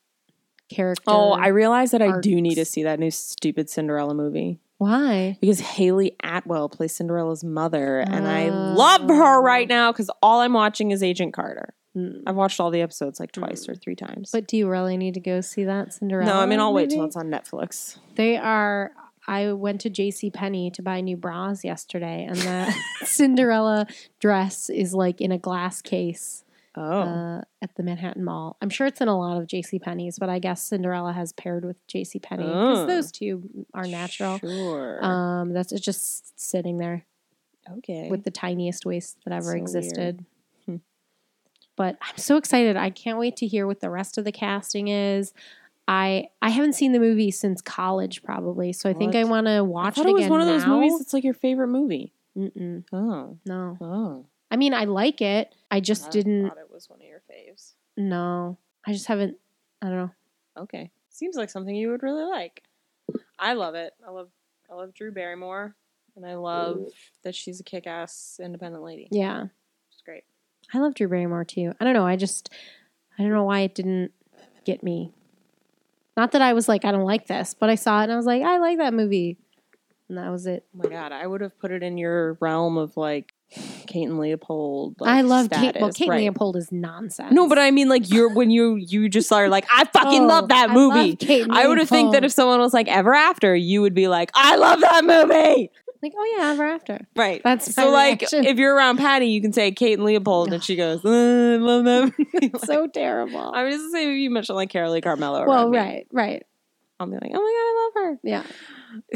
[SPEAKER 2] character.
[SPEAKER 1] Oh, I realized that I do need to
[SPEAKER 2] arcs.
[SPEAKER 1] see that new stupid Cinderella movie
[SPEAKER 2] why?
[SPEAKER 1] because Haley Atwell plays Cinderella's mother, and I love her right
[SPEAKER 2] Oh.
[SPEAKER 1] now because all I'm watching is Agent Carter.
[SPEAKER 2] Mm.
[SPEAKER 1] I've watched all the episodes like twice or three times.
[SPEAKER 2] But do you really need to go see that Cinderella?
[SPEAKER 1] no, I mean I'll wait till
[SPEAKER 2] movie?
[SPEAKER 1] it's on Netflix.
[SPEAKER 2] They are. I went to J.C. Penney to buy new bras yesterday, and the Cinderella dress is like in a glass case
[SPEAKER 1] Oh,
[SPEAKER 2] uh, at the Manhattan Mall. I'm sure it's in a lot of J.C. Penney's, but I guess Cinderella has paired with J.C. Penney because
[SPEAKER 1] Oh.
[SPEAKER 2] those two are natural.
[SPEAKER 1] Sure.
[SPEAKER 2] Um, that's it's just sitting there
[SPEAKER 1] okay.
[SPEAKER 2] with the tiniest waist that ever
[SPEAKER 1] So weird.
[SPEAKER 2] existed.
[SPEAKER 1] Hmm.
[SPEAKER 2] But I'm so excited. I can't wait to hear what the rest of the casting is. I I haven't seen the movie since college probably, so I think I
[SPEAKER 1] What?
[SPEAKER 2] want to
[SPEAKER 1] I
[SPEAKER 2] watch
[SPEAKER 1] thought
[SPEAKER 2] it
[SPEAKER 1] it was
[SPEAKER 2] again
[SPEAKER 1] one of those
[SPEAKER 2] now.
[SPEAKER 1] movies that's like your favorite movie.
[SPEAKER 2] Mm-mm,
[SPEAKER 1] Oh,
[SPEAKER 2] no.
[SPEAKER 1] oh.
[SPEAKER 2] I mean, I like it. I just didn't
[SPEAKER 1] it was one of your
[SPEAKER 2] No, I just haven't. I don't know.
[SPEAKER 1] Okay. Seems like something you would really like. I love it. I love I love Drew Barrymore and I love that she's a kick ass independent lady.
[SPEAKER 2] Yeah,
[SPEAKER 1] It's great.
[SPEAKER 2] I love Drew Barrymore too. I don't know. I just I don't know why it didn't get me. Not that I was like I don't like this, but I saw it and I was like I like that movie, and that was it.
[SPEAKER 1] Oh my god, I would have put it in your realm of like Kate and Leopold. Like,
[SPEAKER 2] I love Kate. Well,
[SPEAKER 1] status,
[SPEAKER 2] Kate
[SPEAKER 1] right.
[SPEAKER 2] Leopold is nonsense.
[SPEAKER 1] No, but I mean like you're when you you just are like, I fucking
[SPEAKER 2] Oh,
[SPEAKER 1] love that
[SPEAKER 2] I
[SPEAKER 1] movie. I,
[SPEAKER 2] love Kate
[SPEAKER 1] would have think that
[SPEAKER 2] Leopold.
[SPEAKER 1] if someone was like Ever After, you would be like, I love that movie.
[SPEAKER 2] like oh yeah, ever after.
[SPEAKER 1] Right.
[SPEAKER 2] That's
[SPEAKER 1] so
[SPEAKER 2] my
[SPEAKER 1] like
[SPEAKER 2] reaction.
[SPEAKER 1] if you're around Patty, you can say Kate and Leopold and she goes, "Uh, I love that movie.
[SPEAKER 2] It's so terrible.
[SPEAKER 1] I mean, it's the same if you mention like Carolee Carmelo. around
[SPEAKER 2] well,
[SPEAKER 1] me.
[SPEAKER 2] right, right,
[SPEAKER 1] I'll be like, oh my god,
[SPEAKER 2] yeah.
[SPEAKER 1] I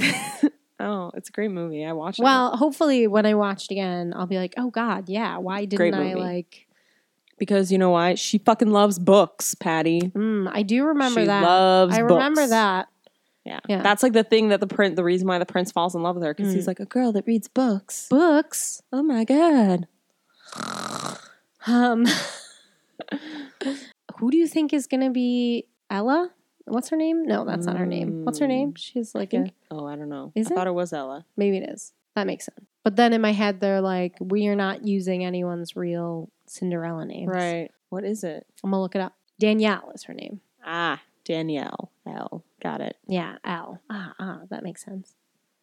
[SPEAKER 1] love her. oh, it's a great movie. I watched it
[SPEAKER 2] Well, hopefully when I watch it again, I'll be like, oh god, yeah. Why didn't
[SPEAKER 1] Great
[SPEAKER 2] I
[SPEAKER 1] movie.
[SPEAKER 2] like?
[SPEAKER 1] because you know why? She fucking loves books, Patty.
[SPEAKER 2] Mm, I do remember
[SPEAKER 1] she
[SPEAKER 2] that.
[SPEAKER 1] Loves.
[SPEAKER 2] I remember
[SPEAKER 1] books.
[SPEAKER 2] that.
[SPEAKER 1] Yeah.
[SPEAKER 2] Yeah.
[SPEAKER 1] that's like the thing that the prince. The reason why the prince falls in love with her because
[SPEAKER 2] Mm.
[SPEAKER 1] he's like a girl that reads books.
[SPEAKER 2] Books.
[SPEAKER 1] Oh my god,
[SPEAKER 2] Um, who do you think is going to be Ella? What's her name? No, that's not her name. What's her name?
[SPEAKER 1] Mm,
[SPEAKER 2] She's like a
[SPEAKER 1] think- Oh, I don't know.
[SPEAKER 2] Is
[SPEAKER 1] I
[SPEAKER 2] it?
[SPEAKER 1] thought it was Ella.
[SPEAKER 2] maybe it is. That makes sense. But then in my head, they're like, we are not using anyone's real Cinderella names.
[SPEAKER 1] Right. What is it?
[SPEAKER 2] I'm gonna look it up. Danielle is her name.
[SPEAKER 1] Ah, Danielle L. Got it.
[SPEAKER 2] Yeah, L. Ah, ah, that makes sense.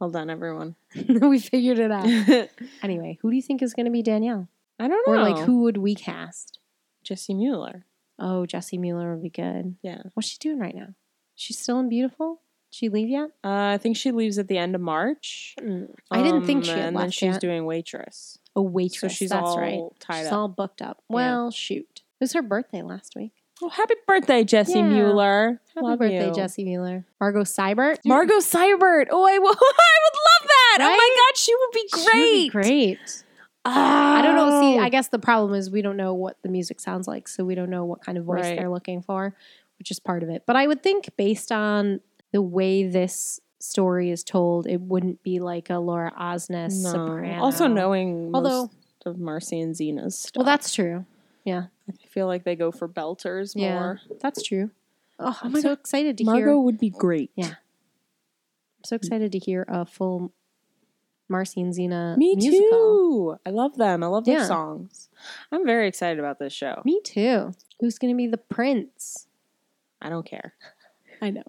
[SPEAKER 1] Well done, everyone.
[SPEAKER 2] we figured it out.
[SPEAKER 1] I
[SPEAKER 2] anyway, who do you think is gonna be Danielle?
[SPEAKER 1] don't know.
[SPEAKER 2] Or like, who would we cast?
[SPEAKER 1] Jesse Mueller.
[SPEAKER 2] Oh, Jessie Mueller would be good.
[SPEAKER 1] Yeah.
[SPEAKER 2] What's she doing right now? She's still in Beautiful. Did she leave yet?
[SPEAKER 1] Uh, I think she leaves at the end of March.
[SPEAKER 2] Mm. I didn't think she
[SPEAKER 1] Um,
[SPEAKER 2] had
[SPEAKER 1] and
[SPEAKER 2] left
[SPEAKER 1] then she's
[SPEAKER 2] yet.
[SPEAKER 1] doing waitress.
[SPEAKER 2] a waitress.
[SPEAKER 1] So she's
[SPEAKER 2] that's
[SPEAKER 1] all
[SPEAKER 2] right.
[SPEAKER 1] tied
[SPEAKER 2] she's
[SPEAKER 1] up.
[SPEAKER 2] all booked up.
[SPEAKER 1] Yeah.
[SPEAKER 2] Well, shoot. It was her birthday last week.
[SPEAKER 1] well, Oh, happy birthday, Jesse
[SPEAKER 2] Yeah.
[SPEAKER 1] Mueller.
[SPEAKER 2] Happy
[SPEAKER 1] Love
[SPEAKER 2] birthday,
[SPEAKER 1] you.
[SPEAKER 2] Jesse Mueller. Margot Seibert.
[SPEAKER 1] Margot Seibert. Oh, I, wo- I would love that. Oh my
[SPEAKER 2] Right?
[SPEAKER 1] god, she would be
[SPEAKER 2] She
[SPEAKER 1] great.
[SPEAKER 2] would be great. I don't know. See,
[SPEAKER 1] Oh.
[SPEAKER 2] I guess the problem is we don't know what the music sounds like, so we don't know what kind of voice
[SPEAKER 1] Right.
[SPEAKER 2] they're looking for, which is part of it. But I would think based on the way this story is told, it wouldn't be like a Laura Osnes
[SPEAKER 1] No.
[SPEAKER 2] soprano.
[SPEAKER 1] Also knowing
[SPEAKER 2] Although-
[SPEAKER 1] most of Marcy and Zena's stuff.
[SPEAKER 2] Well, that's true.
[SPEAKER 1] I feel like they go for belters
[SPEAKER 2] Yeah.
[SPEAKER 1] more.
[SPEAKER 2] That's true. Oh, I'm
[SPEAKER 1] my
[SPEAKER 2] so
[SPEAKER 1] God.
[SPEAKER 2] excited to hear.
[SPEAKER 1] Margot would be great.
[SPEAKER 2] Yeah. I'm
[SPEAKER 1] Mm.
[SPEAKER 2] so excited to hear a full Marcy and Zena
[SPEAKER 1] Me
[SPEAKER 2] musical.
[SPEAKER 1] too. I love them. I love their
[SPEAKER 2] Yeah.
[SPEAKER 1] songs. I'm very excited about this show.
[SPEAKER 2] Me too. Who's going to be the prince?
[SPEAKER 1] I don't care.
[SPEAKER 2] I know.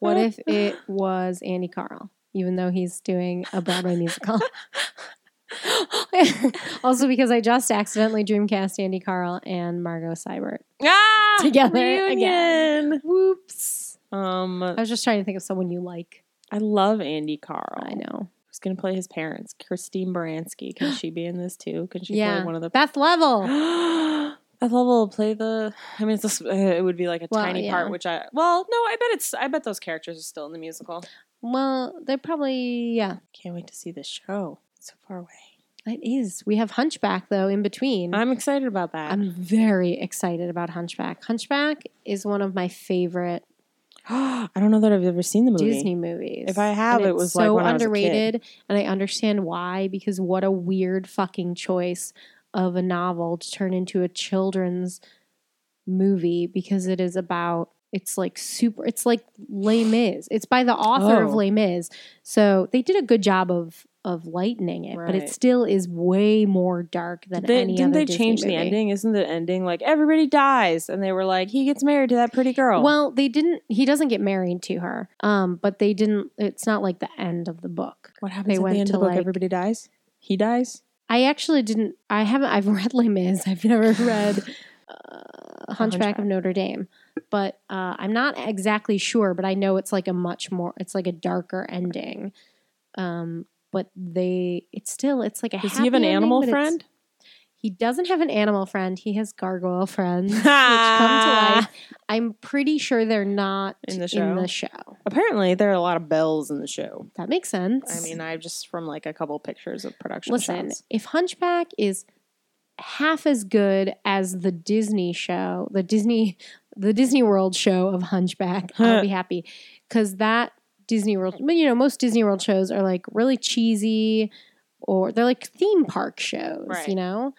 [SPEAKER 2] What
[SPEAKER 1] Uh.
[SPEAKER 2] if it was Andy Carl, even though he's doing a Broadway musical? also, because I just accidentally Dreamcast Andy Carl and Margot Seibert.
[SPEAKER 1] ah,
[SPEAKER 2] Together
[SPEAKER 1] reunion.
[SPEAKER 2] again. Whoops.
[SPEAKER 1] Um,
[SPEAKER 2] I was just trying to think of someone you like.
[SPEAKER 1] I love Andy Carl.
[SPEAKER 2] I know.
[SPEAKER 1] Who's going to play his parents? Christine Baranski. Can she be in this too? Can she
[SPEAKER 2] yeah.
[SPEAKER 1] play one of the?
[SPEAKER 2] Beth Level.
[SPEAKER 1] Beth Level will play the. I mean, it's a s uh, it would be like a
[SPEAKER 2] Well,
[SPEAKER 1] tiny
[SPEAKER 2] yeah.
[SPEAKER 1] part, which I. Well, no, I bet it's. I bet those characters are still in the musical.
[SPEAKER 2] Well, they're probably, yeah.
[SPEAKER 1] Can't wait to see this show. It's so far away.
[SPEAKER 2] It is. We have Hunchback though in between.
[SPEAKER 1] Mm. I'm excited about that.
[SPEAKER 2] I'm very excited about Hunchback. Hunchback is one of my favorite
[SPEAKER 1] I don't know that I've ever seen the movie.
[SPEAKER 2] Disney movies.
[SPEAKER 1] If I have,
[SPEAKER 2] And
[SPEAKER 1] it
[SPEAKER 2] it's
[SPEAKER 1] was,
[SPEAKER 2] so
[SPEAKER 1] like, when I was a kid.
[SPEAKER 2] underrated, and I understand why because what a weird fucking choice of a novel to turn into a children's movie because it is about it's like super. It's like Les Mis. It's by the author of
[SPEAKER 1] Oh.
[SPEAKER 2] Les Mis, so they did a good job of of lightening it, but it
[SPEAKER 1] Right.
[SPEAKER 2] still is way more dark than
[SPEAKER 1] They,
[SPEAKER 2] any
[SPEAKER 1] didn't
[SPEAKER 2] other
[SPEAKER 1] they
[SPEAKER 2] Disney
[SPEAKER 1] change the
[SPEAKER 2] movie.
[SPEAKER 1] ending? Isn't the ending like everybody dies and they were like he gets married to that pretty girl?
[SPEAKER 2] Well, they didn't. He doesn't get married to her, um, but they didn't. It's not like the end of the book.
[SPEAKER 1] what happens
[SPEAKER 2] they
[SPEAKER 1] at
[SPEAKER 2] went
[SPEAKER 1] the end
[SPEAKER 2] to,
[SPEAKER 1] of the book?
[SPEAKER 2] like-
[SPEAKER 1] everybody dies. He dies.
[SPEAKER 2] I actually didn't. I haven't. I've read Les Mis. I've never read uh, Hunchback
[SPEAKER 1] Hunchback.
[SPEAKER 2] of Notre Dame, but uh, I'm not exactly sure. But I know it's like a much more. It's like a darker ending. Um, but they. It's still. It's like a.
[SPEAKER 1] Does
[SPEAKER 2] happy
[SPEAKER 1] he have an
[SPEAKER 2] ending,
[SPEAKER 1] animal
[SPEAKER 2] but it's-
[SPEAKER 1] friend?
[SPEAKER 2] He doesn't have an animal friend. He has gargoyle friends. Which come to life. I'm pretty sure they're not
[SPEAKER 1] In the
[SPEAKER 2] In
[SPEAKER 1] show?
[SPEAKER 2] the show.
[SPEAKER 1] Apparently, there are a lot of bells in the show.
[SPEAKER 2] That makes sense.
[SPEAKER 1] I mean, I just from like a couple pictures of production.
[SPEAKER 2] Listen,
[SPEAKER 1] shots.
[SPEAKER 2] if Hunchback is half as good as the Disney show, the Disney the Disney World show of Hunchback, I'll be happy cuz that Disney World, I mean, you know, most Disney World shows are like really cheesy or they're like theme park shows,
[SPEAKER 1] Right.
[SPEAKER 2] you know?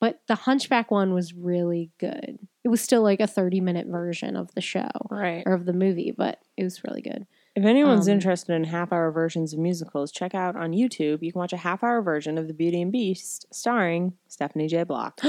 [SPEAKER 2] But the Hunchback one was really good. It was still like a 30 minute version of the show
[SPEAKER 1] Right.
[SPEAKER 2] or of the movie, but it was really good.
[SPEAKER 1] If anyone's
[SPEAKER 2] Um,
[SPEAKER 1] interested in half hour versions of musicals, check out on YouTube. You can watch a half hour version of The Beauty and Beast starring Stephanie J. Block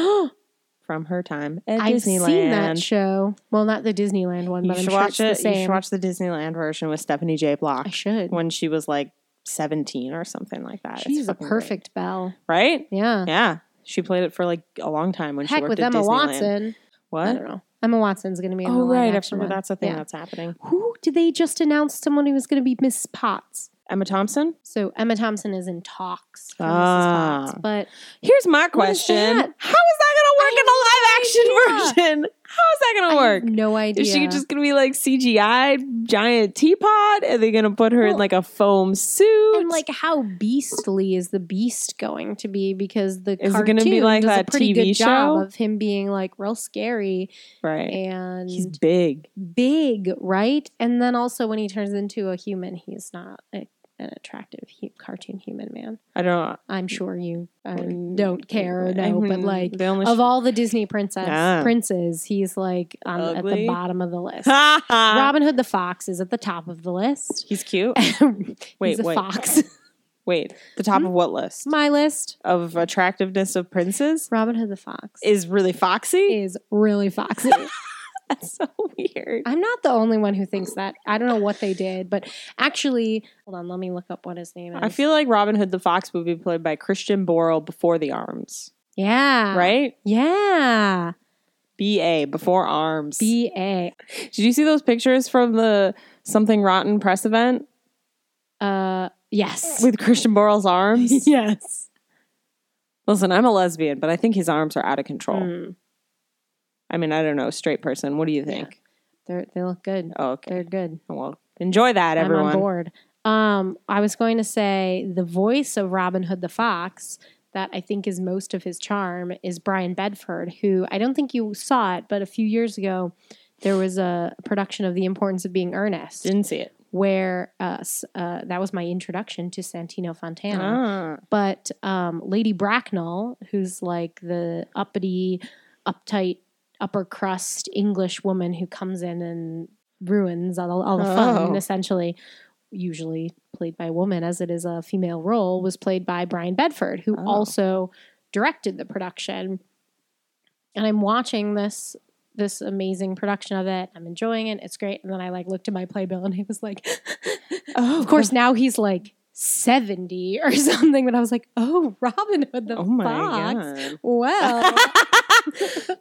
[SPEAKER 1] from her time at
[SPEAKER 2] I've
[SPEAKER 1] Disneyland.
[SPEAKER 2] seen that show. Well, not the Disneyland one,
[SPEAKER 1] You
[SPEAKER 2] but I'm
[SPEAKER 1] should
[SPEAKER 2] sure
[SPEAKER 1] watch
[SPEAKER 2] it's the
[SPEAKER 1] it. You
[SPEAKER 2] same.
[SPEAKER 1] should watch the Disneyland version with Stephanie J. Block
[SPEAKER 2] I should.
[SPEAKER 1] when she was like 17 or something like that. It's
[SPEAKER 2] She's a
[SPEAKER 1] fucking great.
[SPEAKER 2] perfect belle.
[SPEAKER 1] right?
[SPEAKER 2] Yeah.
[SPEAKER 1] Yeah. She played it for like a long time when she
[SPEAKER 2] Heck
[SPEAKER 1] worked
[SPEAKER 2] with
[SPEAKER 1] at
[SPEAKER 2] Emma
[SPEAKER 1] Disneyland.
[SPEAKER 2] Watson. I don't
[SPEAKER 1] What?
[SPEAKER 2] know. Emma Watson's going to be. In
[SPEAKER 1] Oh,
[SPEAKER 2] the live
[SPEAKER 1] right. I
[SPEAKER 2] action
[SPEAKER 1] forgot
[SPEAKER 2] one.
[SPEAKER 1] that's a thing
[SPEAKER 2] Yeah.
[SPEAKER 1] that's happening.
[SPEAKER 2] Who did they just announce? Someone who was going to be Miss Potts.
[SPEAKER 1] Emma Thompson?
[SPEAKER 2] So Emma Thompson is in talks for Mrs.
[SPEAKER 1] Ah.
[SPEAKER 2] Potts, but
[SPEAKER 1] Here's my
[SPEAKER 2] What is
[SPEAKER 1] question. How is
[SPEAKER 2] that?
[SPEAKER 1] that going to work in a live action version? How is that going
[SPEAKER 2] I
[SPEAKER 1] to work?
[SPEAKER 2] have no idea.
[SPEAKER 1] Is she just going to be like CGI giant teapot? Are they going to put her in
[SPEAKER 2] Well,
[SPEAKER 1] like a foam suit?
[SPEAKER 2] and like how beastly is the beast going to be? Because the
[SPEAKER 1] Is it
[SPEAKER 2] cartoon
[SPEAKER 1] gonna be like
[SPEAKER 2] does
[SPEAKER 1] that
[SPEAKER 2] a pretty
[SPEAKER 1] TV
[SPEAKER 2] good job
[SPEAKER 1] show?
[SPEAKER 2] of him being like real scary
[SPEAKER 1] right.
[SPEAKER 2] and
[SPEAKER 1] He's big.
[SPEAKER 2] big, right? And then also when he turns into a human, he's not a, an attractive hu cartoon human man.
[SPEAKER 1] I don't
[SPEAKER 2] I'm sure you uh,
[SPEAKER 1] Mm,
[SPEAKER 2] don't care or
[SPEAKER 1] I
[SPEAKER 2] no, but
[SPEAKER 1] mean,
[SPEAKER 2] like
[SPEAKER 1] the mm-hmm. only
[SPEAKER 2] of all the Disney princess
[SPEAKER 1] Ah.
[SPEAKER 2] princes, he's like on, at the
[SPEAKER 1] Ugly?
[SPEAKER 2] bottom of the list.
[SPEAKER 1] Ha ha.
[SPEAKER 2] Robin Hood the Fox is at the top of the list.
[SPEAKER 1] He's cute.
[SPEAKER 2] he's
[SPEAKER 1] Wait,
[SPEAKER 2] a
[SPEAKER 1] wait.
[SPEAKER 2] fox.
[SPEAKER 1] Wait, the top
[SPEAKER 2] Hmm?
[SPEAKER 1] of what list?
[SPEAKER 2] My list,
[SPEAKER 1] Of attractiveness of princes
[SPEAKER 2] Robin Hood the Fox is,
[SPEAKER 1] is really foxy.
[SPEAKER 2] really foxy.
[SPEAKER 1] That's so weird.
[SPEAKER 2] I'm not the only one who thinks that. I don't know what they did, but actually, hold on, let me look up what his name is.
[SPEAKER 1] I feel like Robin Hood the Fox would be played by Christian Borle before the arms,
[SPEAKER 2] yeah,
[SPEAKER 1] right?
[SPEAKER 2] Yeah.
[SPEAKER 1] BA before arms.
[SPEAKER 2] B A.
[SPEAKER 1] Did you see those pictures from the Something Rotten press event
[SPEAKER 2] Uh, yes.
[SPEAKER 1] with Christian Borle's arms?
[SPEAKER 2] yes.
[SPEAKER 1] Listen, I'm a lesbian, but I think his arms are out of control.
[SPEAKER 2] Mm,
[SPEAKER 1] I mean, I don't know, straight person. What do you
[SPEAKER 2] Yeah.
[SPEAKER 1] think?
[SPEAKER 2] they're, they look good.
[SPEAKER 1] Oh, okay.
[SPEAKER 2] They're good.
[SPEAKER 1] Well, enjoy that, everyone.
[SPEAKER 2] I'm on board. Um, I was going to say the voice of Robin Hood the Fox that I think is most of his charm is Brian Bedford, who I don't think you saw it, but a few years ago there was a production of The Importance of Being Earnest,
[SPEAKER 1] Didn't see it.
[SPEAKER 2] where uh, s- uh, that was my introduction to Santino Fontana
[SPEAKER 1] Ah.
[SPEAKER 2] but um, Lady Bracknell, who's like the uppity, uptight, upper crust English woman who comes in and ruins all, all the fun,
[SPEAKER 1] Oh.
[SPEAKER 2] essentially, usually played by a woman as it is a female role, was played by Brian Bedford, who
[SPEAKER 1] Oh.
[SPEAKER 2] also directed the production. And I'm watching this this amazing production of it. I'm enjoying it. It's great. And then I like looked at my playbill and he was like
[SPEAKER 1] Oh,
[SPEAKER 2] of course now he's like 70 or something but i was like oh robin hood the
[SPEAKER 1] Oh my
[SPEAKER 2] fox
[SPEAKER 1] god.
[SPEAKER 2] well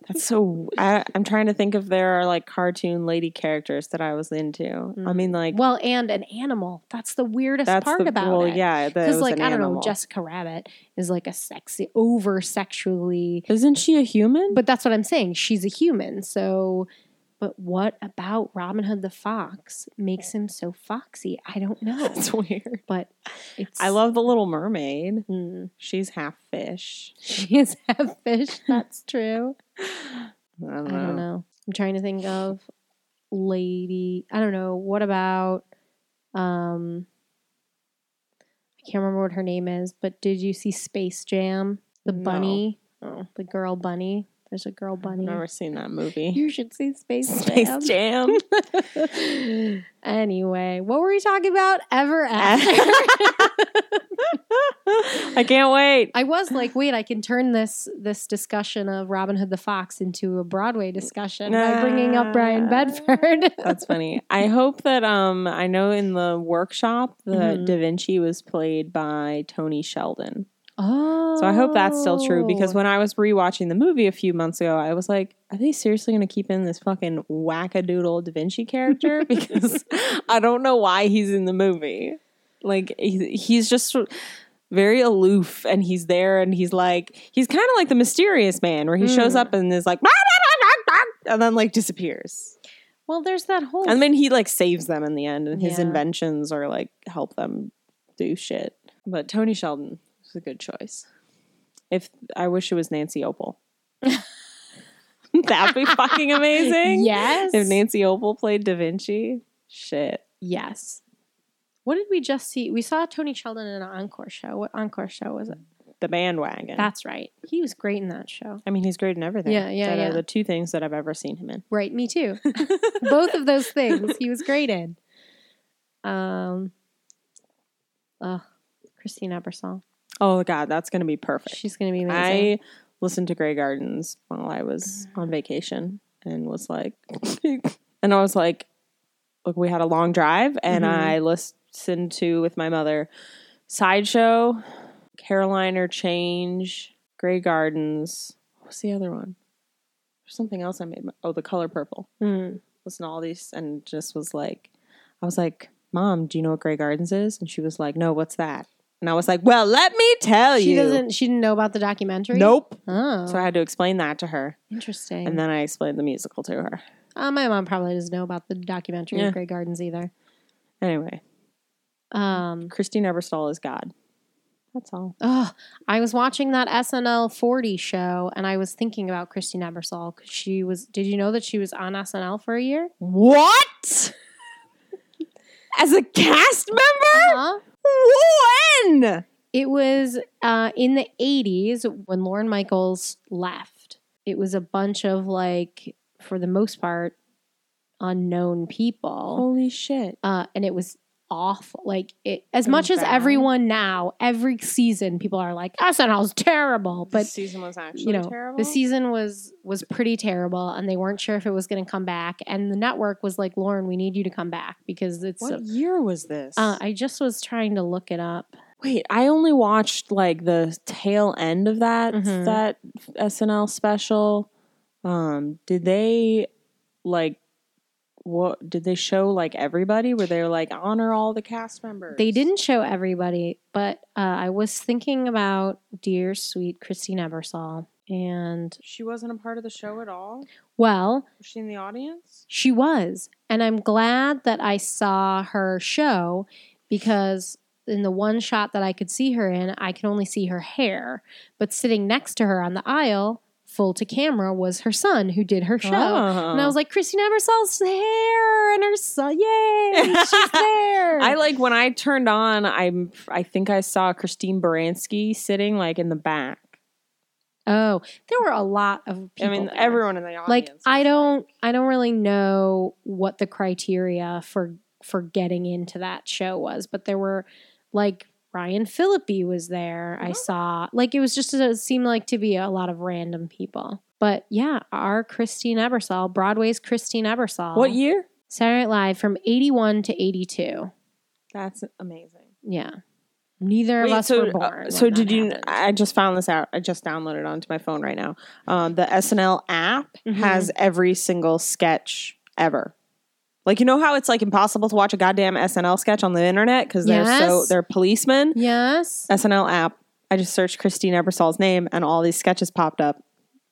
[SPEAKER 1] That's so. I, I'm trying to think if there are like cartoon lady characters that I was into. I mean, like
[SPEAKER 2] Mm. well and an animal that's the weirdest
[SPEAKER 1] that's
[SPEAKER 2] part
[SPEAKER 1] the,
[SPEAKER 2] about
[SPEAKER 1] well,
[SPEAKER 2] it
[SPEAKER 1] yeah, that
[SPEAKER 2] because
[SPEAKER 1] was
[SPEAKER 2] like
[SPEAKER 1] an
[SPEAKER 2] i don't know
[SPEAKER 1] animal.
[SPEAKER 2] jessica rabbit is like a sexy over sexually
[SPEAKER 1] isn't she a human?
[SPEAKER 2] but that's what i'm saying she's a human so but what about robin hood the fox makes him so foxy i don't know
[SPEAKER 1] that's weird.
[SPEAKER 2] but it's
[SPEAKER 1] I love the Little Mermaid.
[SPEAKER 2] Mm.
[SPEAKER 1] She's half fish.
[SPEAKER 2] she is half fish that's true
[SPEAKER 1] I don't know.
[SPEAKER 2] I don't know. I'm trying to think of lady. I don't know. What about um I can't remember what her name is, but did you see Space Jam? The
[SPEAKER 1] No.
[SPEAKER 2] bunny,
[SPEAKER 1] Oh,
[SPEAKER 2] the girl bunny. There's a girl bunny.
[SPEAKER 1] never seen that movie.
[SPEAKER 2] You should see Space, Jam.
[SPEAKER 1] Space Jam.
[SPEAKER 2] anyway, what were we talking about ever after?
[SPEAKER 1] I can't wait.
[SPEAKER 2] I was like, wait, I can turn this this discussion of Robin Hood the Fox into a Broadway discussion by bringing up Brian
[SPEAKER 1] Ah.
[SPEAKER 2] Bedford.
[SPEAKER 1] That's funny. I hope that um I know in the workshop that
[SPEAKER 2] Mhm.
[SPEAKER 1] Da Vinci was played by Tony Sheldon.
[SPEAKER 2] Oh.
[SPEAKER 1] So I hope that's still true because when I was rewatching the movie a few months ago, I was like, are they seriously going to keep in this fucking wackadoodle Da Vinci character? Because I don't know why he's in the movie. Like, he- he's just sort- very aloof and he's there and he's like, he's kind of like the mysterious man where he shows
[SPEAKER 2] Mm.
[SPEAKER 1] up and is like, "Bah, bah, bah, bah, bah," and then like disappears.
[SPEAKER 2] Well, there's that whole
[SPEAKER 1] And then he like saves them in the end and his
[SPEAKER 2] Yeah.
[SPEAKER 1] inventions or like help them do shit. But Tony Sheldon is a good choice. If I wish it was Nancy Opal. That'd be fucking amazing.
[SPEAKER 2] Yes.
[SPEAKER 1] If Nancy Opal played Da Vinci, shit.
[SPEAKER 2] yes. What did we just see? We saw Tony Sheldon in an encore show. What encore show was it?
[SPEAKER 1] the bandwagon.
[SPEAKER 2] That's right. He was great in that show.
[SPEAKER 1] I mean, he's great in everything.
[SPEAKER 2] Yeah, yeah,
[SPEAKER 1] That
[SPEAKER 2] yeah.
[SPEAKER 1] are the two things that I've ever seen him in.
[SPEAKER 2] Right, me too. Both of those things he was great in. Um, oh, Christine Ebersol.
[SPEAKER 1] Oh God, that's gonna be perfect.
[SPEAKER 2] She's gonna be amazing.
[SPEAKER 1] I listened to Grey Gardens while I was on vacation and was like, and I was like, look, we had a long drive and
[SPEAKER 2] Mhm.
[SPEAKER 1] I listened to with my mother Sideshow, Caroliner Change, Grey Gardens. What was the other one? There's something else I made. My, oh, The Color Purple.
[SPEAKER 2] Mm.
[SPEAKER 1] Listen to all these and just was like, I was like, Mom, do you know what Grey Gardens is? And she was like, No, what's that? And I was like, Well, let me tell
[SPEAKER 2] She
[SPEAKER 1] you.
[SPEAKER 2] doesn't. She didn't know about the documentary.
[SPEAKER 1] Nope.
[SPEAKER 2] Oh,
[SPEAKER 1] So I had to explain that to her.
[SPEAKER 2] interesting.
[SPEAKER 1] And then I explained the musical to her.
[SPEAKER 2] uh, my mom probably doesn't know about the documentary
[SPEAKER 1] Yeah.
[SPEAKER 2] of Grey Gardens either.
[SPEAKER 1] Anyway,
[SPEAKER 2] Um,
[SPEAKER 1] Christine Eberstahl is God. That's all.
[SPEAKER 2] Oh, I was watching that SNL 40 show and I was thinking about Christine Ebersol 'cause she was did you know that she was on SNL for a year?
[SPEAKER 1] What? As a cast member?
[SPEAKER 2] Huh?
[SPEAKER 1] When?
[SPEAKER 2] Uh-huh. It was uh, in the 80s when Lauren Michaels left. It was a bunch of like for the most part unknown people.
[SPEAKER 1] Holy shit.
[SPEAKER 2] Uh, and it was awful. Like it as
[SPEAKER 1] Oh. It
[SPEAKER 2] much
[SPEAKER 1] was
[SPEAKER 2] as
[SPEAKER 1] bad.
[SPEAKER 2] everyone now, every season people are like SNL's terrible, but
[SPEAKER 1] season was actually
[SPEAKER 2] you know the season was was pretty terrible and they weren't sure if it was going to come back and the network was like lauren we need you to come back because it's
[SPEAKER 1] What year was this?
[SPEAKER 2] uh, i just was trying to look it up
[SPEAKER 1] Wait, I only watched like the tail end of that
[SPEAKER 2] Mhm.
[SPEAKER 1] that SNL special. Um, did they like what did they show like everybody? Were they like honor all the cast members?
[SPEAKER 2] they didn't show everybody but uh, i was thinking about dear sweet christine ebersol and
[SPEAKER 1] She wasn't a part of the show at all.
[SPEAKER 2] well
[SPEAKER 1] Was she in the audience?
[SPEAKER 2] she was and i'm glad that i saw her show because in the one shot that i could see her in i could only see her hair but sitting next to her on the aisle full to camera was her son who did her show and
[SPEAKER 1] Oh.
[SPEAKER 2] i was like christine ebersol's hair and her son yay she's there
[SPEAKER 1] I like when I turned on. I'm. I think I saw Christine Baranski sitting like in the back.
[SPEAKER 2] oh there were a lot of people
[SPEAKER 1] I mean,
[SPEAKER 2] there.
[SPEAKER 1] everyone in the audience.
[SPEAKER 2] like
[SPEAKER 1] was
[SPEAKER 2] i don't i don't really know what the criteria for for getting into that show was but there were like ryan philippi was there i
[SPEAKER 1] Mhm.
[SPEAKER 2] saw like it was just it seemed like to be a lot of random people but yeah our christine ebersol broadway's christine ebersol
[SPEAKER 1] What year?
[SPEAKER 2] saturday night live from 81 to 82
[SPEAKER 1] That's amazing.
[SPEAKER 2] yeah neither of
[SPEAKER 1] Wait,
[SPEAKER 2] us were
[SPEAKER 1] uh,
[SPEAKER 2] born when
[SPEAKER 1] so
[SPEAKER 2] that
[SPEAKER 1] did you?
[SPEAKER 2] happened.
[SPEAKER 1] I just found this out. I just downloaded it onto my phone right now. Um, the SNL app
[SPEAKER 2] Mhm.
[SPEAKER 1] has every single sketch ever. Like you know how it's like impossible to watch a goddamn SNL sketch on the internet because they're so
[SPEAKER 2] Yes.
[SPEAKER 1] they're policemen.
[SPEAKER 2] yes
[SPEAKER 1] SNL app. I just searched Christine Ebersol's name and all these sketches popped up.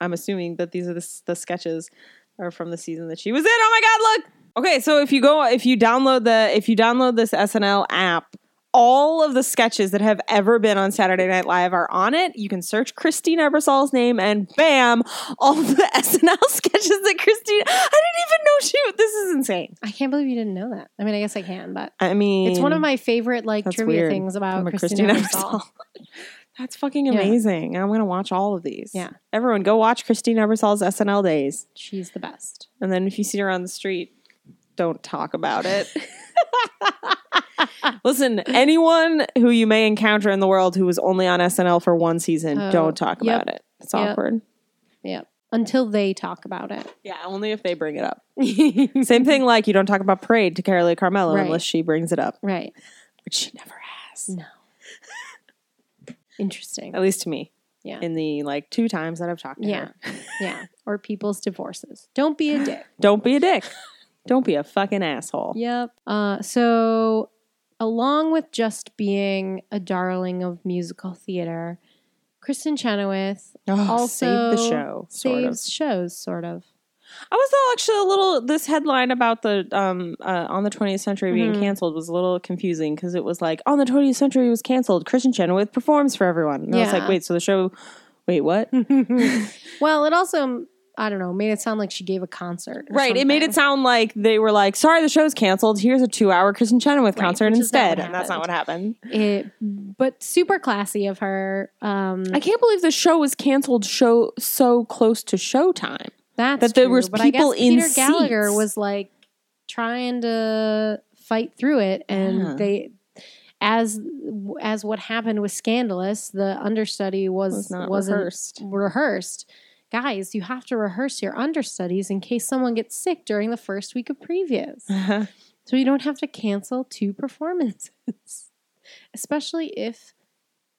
[SPEAKER 1] I'm assuming that these are the, s- the sketches are from the season that she was in. Oh my god, look. Okay, so if you go if you download the if you download this SNL app, all of the sketches that have ever been on Saturday Night Live are on it. You can search Christine Ebersol's name and bam, all the SNL sketches that Christine I didn't even know she this is insane.
[SPEAKER 2] i can't believe you didn't know that i mean i guess i can but
[SPEAKER 1] I mean
[SPEAKER 2] It's one of my favorite like
[SPEAKER 1] That's
[SPEAKER 2] trivia
[SPEAKER 1] weird.
[SPEAKER 2] things about
[SPEAKER 1] from a
[SPEAKER 2] Christina
[SPEAKER 1] Christina
[SPEAKER 2] Ebersol.
[SPEAKER 1] Ebersol. That's fucking
[SPEAKER 2] Yeah.
[SPEAKER 1] amazing. I'm gonna watch all of these.
[SPEAKER 2] Yeah.
[SPEAKER 1] Everyone go watch Christina Ebersol's SNL days.
[SPEAKER 2] She's the best.
[SPEAKER 1] And then if you see her on the street, don't talk about it. Listen, anyone who you may encounter in the world who was only on SNL for one season,
[SPEAKER 2] Oh,
[SPEAKER 1] don't talk
[SPEAKER 2] yep.
[SPEAKER 1] about it. It's
[SPEAKER 2] Yep.
[SPEAKER 1] awkward.
[SPEAKER 2] Yep. Until they talk about
[SPEAKER 1] Yeah, only if they bring it up.
[SPEAKER 2] it.
[SPEAKER 1] Same thing like you don't talk about Parade to Carolee Carmelo
[SPEAKER 2] Right. Mm.
[SPEAKER 1] unless she brings it up,
[SPEAKER 2] right.
[SPEAKER 1] which she never has.
[SPEAKER 2] Interesting.
[SPEAKER 1] At least to me.
[SPEAKER 2] Yeah.
[SPEAKER 1] In the like two times that I've talked to
[SPEAKER 2] Yeah.
[SPEAKER 1] her.
[SPEAKER 2] Yeah. Or people's divorces. Don't be a dick.
[SPEAKER 1] Don't be a dick. Don't be a fucking asshole.
[SPEAKER 2] Yep. Uh, so, along with just being a darling of musical theater, Kristen Chenoweth
[SPEAKER 1] Oh,
[SPEAKER 2] also
[SPEAKER 1] save the show. Sort of.
[SPEAKER 2] saves shows, sort of.
[SPEAKER 1] I was though actually a little. This headline about the um uh, on the 20th century being
[SPEAKER 2] Mhm.
[SPEAKER 1] canceled was a little confusing because it was like on the 20th century was canceled. Christian Chenoweth performs for everyone. And I was like,
[SPEAKER 2] Yeah.
[SPEAKER 1] wait, so the show. Wait, what?
[SPEAKER 2] well, it also I don't know, made it sound like she gave a concert. or
[SPEAKER 1] Right. It made it
[SPEAKER 2] something.
[SPEAKER 1] sound like they were like, sorry, the show's canceled. Here's a two hour Kristen Chenoweth
[SPEAKER 2] Right,
[SPEAKER 1] concert
[SPEAKER 2] which is not
[SPEAKER 1] instead.
[SPEAKER 2] what
[SPEAKER 1] And that's not what happened.
[SPEAKER 2] It, but super classy of her. Um,
[SPEAKER 1] I can't believe the show was canceled show so close to showtime.
[SPEAKER 2] that's
[SPEAKER 1] that there
[SPEAKER 2] true,
[SPEAKER 1] was
[SPEAKER 2] but
[SPEAKER 1] people
[SPEAKER 2] I guess Peter
[SPEAKER 1] in
[SPEAKER 2] Gallagher
[SPEAKER 1] seats.
[SPEAKER 2] was like trying to fight through it, and
[SPEAKER 1] Yeah.
[SPEAKER 2] they. As as what happened with Scandalous, the understudy was,
[SPEAKER 1] It was not
[SPEAKER 2] wasn't
[SPEAKER 1] rehearsed.
[SPEAKER 2] rehearsed. Guys, you have to rehearse your understudies in case someone gets sick during the first week of previews. So you don't have to cancel two performances. Especially if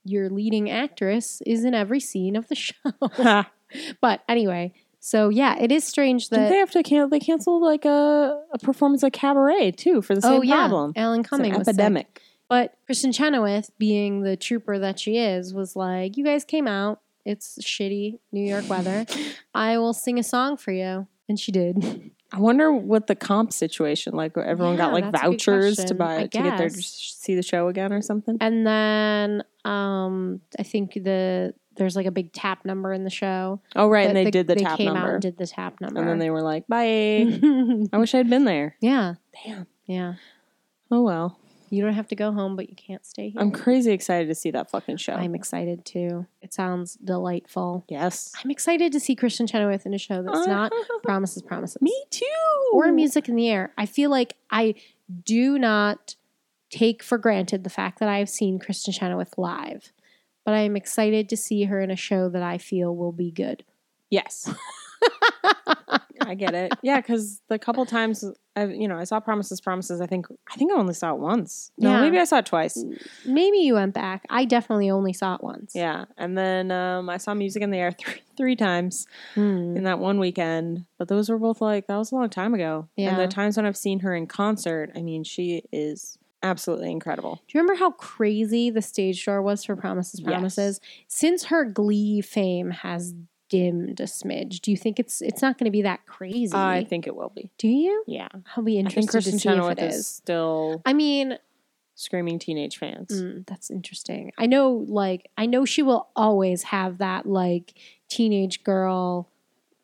[SPEAKER 2] your leading actress is in every scene of the show.
[SPEAKER 1] Did
[SPEAKER 2] but anyway, so yeah, it is strange that
[SPEAKER 1] they have to can- they canceled like a, a performance at Cabaret too for the same
[SPEAKER 2] oh yeah,
[SPEAKER 1] problem.
[SPEAKER 2] Alan
[SPEAKER 1] It's an
[SPEAKER 2] Cumming was sick.
[SPEAKER 1] epidemic.
[SPEAKER 2] But Kristen Chenoweth, being the trooper that she is, was like, "You guys came out. It's shitty New York weather. I will sing a song for you." And she did.
[SPEAKER 1] I wonder what the comp situation like. Everyone got
[SPEAKER 2] Yeah,
[SPEAKER 1] like
[SPEAKER 2] that's a good
[SPEAKER 1] vouchers to
[SPEAKER 2] question.
[SPEAKER 1] buy
[SPEAKER 2] I
[SPEAKER 1] to get there to
[SPEAKER 2] guess.
[SPEAKER 1] see the show again or something.
[SPEAKER 2] And then um, I think the there's like a big tap number in the show.
[SPEAKER 1] Oh right, and
[SPEAKER 2] But
[SPEAKER 1] they
[SPEAKER 2] the-
[SPEAKER 1] did the
[SPEAKER 2] they
[SPEAKER 1] tap
[SPEAKER 2] came
[SPEAKER 1] number,
[SPEAKER 2] out and
[SPEAKER 1] and,
[SPEAKER 2] did the tap number,
[SPEAKER 1] then they were like, "Bye." I wish I'd been there.
[SPEAKER 2] yeah,
[SPEAKER 1] Damn.
[SPEAKER 2] yeah.
[SPEAKER 1] Oh well,
[SPEAKER 2] You don't have to go home, but you can't stay here.
[SPEAKER 1] I'm crazy excited to see that fucking show.
[SPEAKER 2] I'm excited too. It sounds delightful.
[SPEAKER 1] yes.
[SPEAKER 2] I'm excited to see Kristen Chenoweth in a show that's not promises, promises.
[SPEAKER 1] Uh-huh. me too.
[SPEAKER 2] or music in the air. I feel like I do not take for granted the fact that I've seen Kristen Chenoweth live, but I am excited to see her in a show that I feel will be good.
[SPEAKER 1] Yes. I get it. Yeah, because the couple times I, you know, I saw Promises, Promises. I think I think I only saw it once. No,
[SPEAKER 2] Yeah.
[SPEAKER 1] maybe I saw it twice.
[SPEAKER 2] Maybe you went back. I definitely only saw it once.
[SPEAKER 1] Yeah, and then um, I saw Music in the Air th- three times
[SPEAKER 2] Hmm.
[SPEAKER 1] in that one weekend. But those were both like that was a long time ago. And
[SPEAKER 2] Yeah.
[SPEAKER 1] the times when I've seen her in concert, I mean, she is absolutely incredible.
[SPEAKER 2] Do you remember how crazy the stage door was for Promises,
[SPEAKER 1] Yes.
[SPEAKER 2] Promises? Since her Glee fame has dimmed a smidge, do you think it's it's not going to be that crazy?
[SPEAKER 1] I think it will be.
[SPEAKER 2] Do you?
[SPEAKER 1] Yeah,
[SPEAKER 2] I'll be
[SPEAKER 1] I think
[SPEAKER 2] interested
[SPEAKER 1] Kristen
[SPEAKER 2] to see
[SPEAKER 1] Chenoweth
[SPEAKER 2] if it
[SPEAKER 1] is.
[SPEAKER 2] is.
[SPEAKER 1] still
[SPEAKER 2] I mean,
[SPEAKER 1] screaming teenage fans.
[SPEAKER 2] Mm, that's interesting. I know, like, I know she will always have that, like, teenage girl.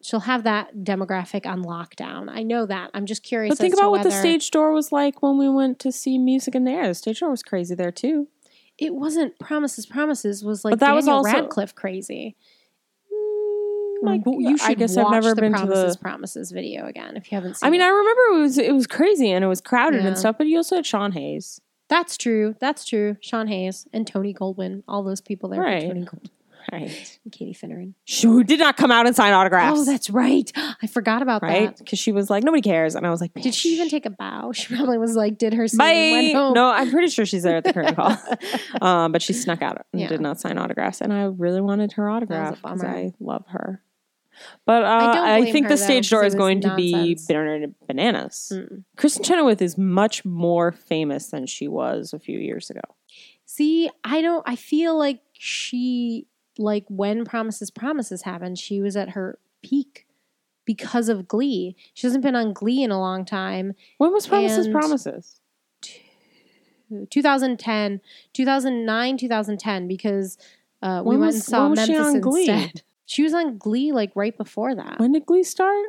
[SPEAKER 2] She'll have that demographic on lockdown. I know that. I'm just curious.
[SPEAKER 1] But think
[SPEAKER 2] as to
[SPEAKER 1] about what the
[SPEAKER 2] whether-
[SPEAKER 1] stage door was like when we went to see music in the air. The stage door was crazy there too.
[SPEAKER 2] It wasn't promises. Promises was like
[SPEAKER 1] But that
[SPEAKER 2] Daniel
[SPEAKER 1] was also-
[SPEAKER 2] Radcliffe crazy.
[SPEAKER 1] Like,
[SPEAKER 2] W- you should
[SPEAKER 1] I guess
[SPEAKER 2] watch
[SPEAKER 1] I've never
[SPEAKER 2] the
[SPEAKER 1] been to
[SPEAKER 2] promises
[SPEAKER 1] the.
[SPEAKER 2] promises video again if you haven't seen.
[SPEAKER 1] I mean,
[SPEAKER 2] it.
[SPEAKER 1] I remember it was it was crazy and it was crowded
[SPEAKER 2] Yeah.
[SPEAKER 1] and stuff. But you also had Sean Hayes.
[SPEAKER 2] that's true. That's true. Sean Hayes and Tony Goldwyn, all those people there.
[SPEAKER 1] Right.
[SPEAKER 2] Right. Tony Goldwyn
[SPEAKER 1] Right.
[SPEAKER 2] and Katie Finneran.
[SPEAKER 1] She who did not come out and sign autographs.
[SPEAKER 2] Oh, that's right. I forgot about that.
[SPEAKER 1] right. Because she was like, nobody cares, and I was like,
[SPEAKER 2] Did she even
[SPEAKER 1] "Bitch."
[SPEAKER 2] take a bow? She probably was like, did her scene and
[SPEAKER 1] Bye.
[SPEAKER 2] went home.
[SPEAKER 1] No, I'm pretty sure she's there at the curtain call. Um, but she snuck out and
[SPEAKER 2] Yeah.
[SPEAKER 1] did not sign autographs, and I really wanted her autograph because
[SPEAKER 2] bummer.
[SPEAKER 1] I love her. But uh,
[SPEAKER 2] don't
[SPEAKER 1] I,
[SPEAKER 2] blame
[SPEAKER 1] think
[SPEAKER 2] her,
[SPEAKER 1] the stage door
[SPEAKER 2] though, 'cause it
[SPEAKER 1] is
[SPEAKER 2] was
[SPEAKER 1] going to be
[SPEAKER 2] nonsense.
[SPEAKER 1] ban- bananas.
[SPEAKER 2] Mm.
[SPEAKER 1] Kristen Chenoweth is much more famous than she was a few years ago.
[SPEAKER 2] See, I don't, I feel like she, like when Promises Promises happened, she was at her peak because of Glee. She hasn't been on Glee in a long time.
[SPEAKER 1] When was Promises
[SPEAKER 2] And-
[SPEAKER 1] Promises?
[SPEAKER 2] 2010, 2009, 2010, because uh, we
[SPEAKER 1] When
[SPEAKER 2] went
[SPEAKER 1] was-
[SPEAKER 2] and saw
[SPEAKER 1] when was
[SPEAKER 2] Memphis
[SPEAKER 1] she on Glee?
[SPEAKER 2] instead. She was on Glee like right before that.
[SPEAKER 1] When did Glee start?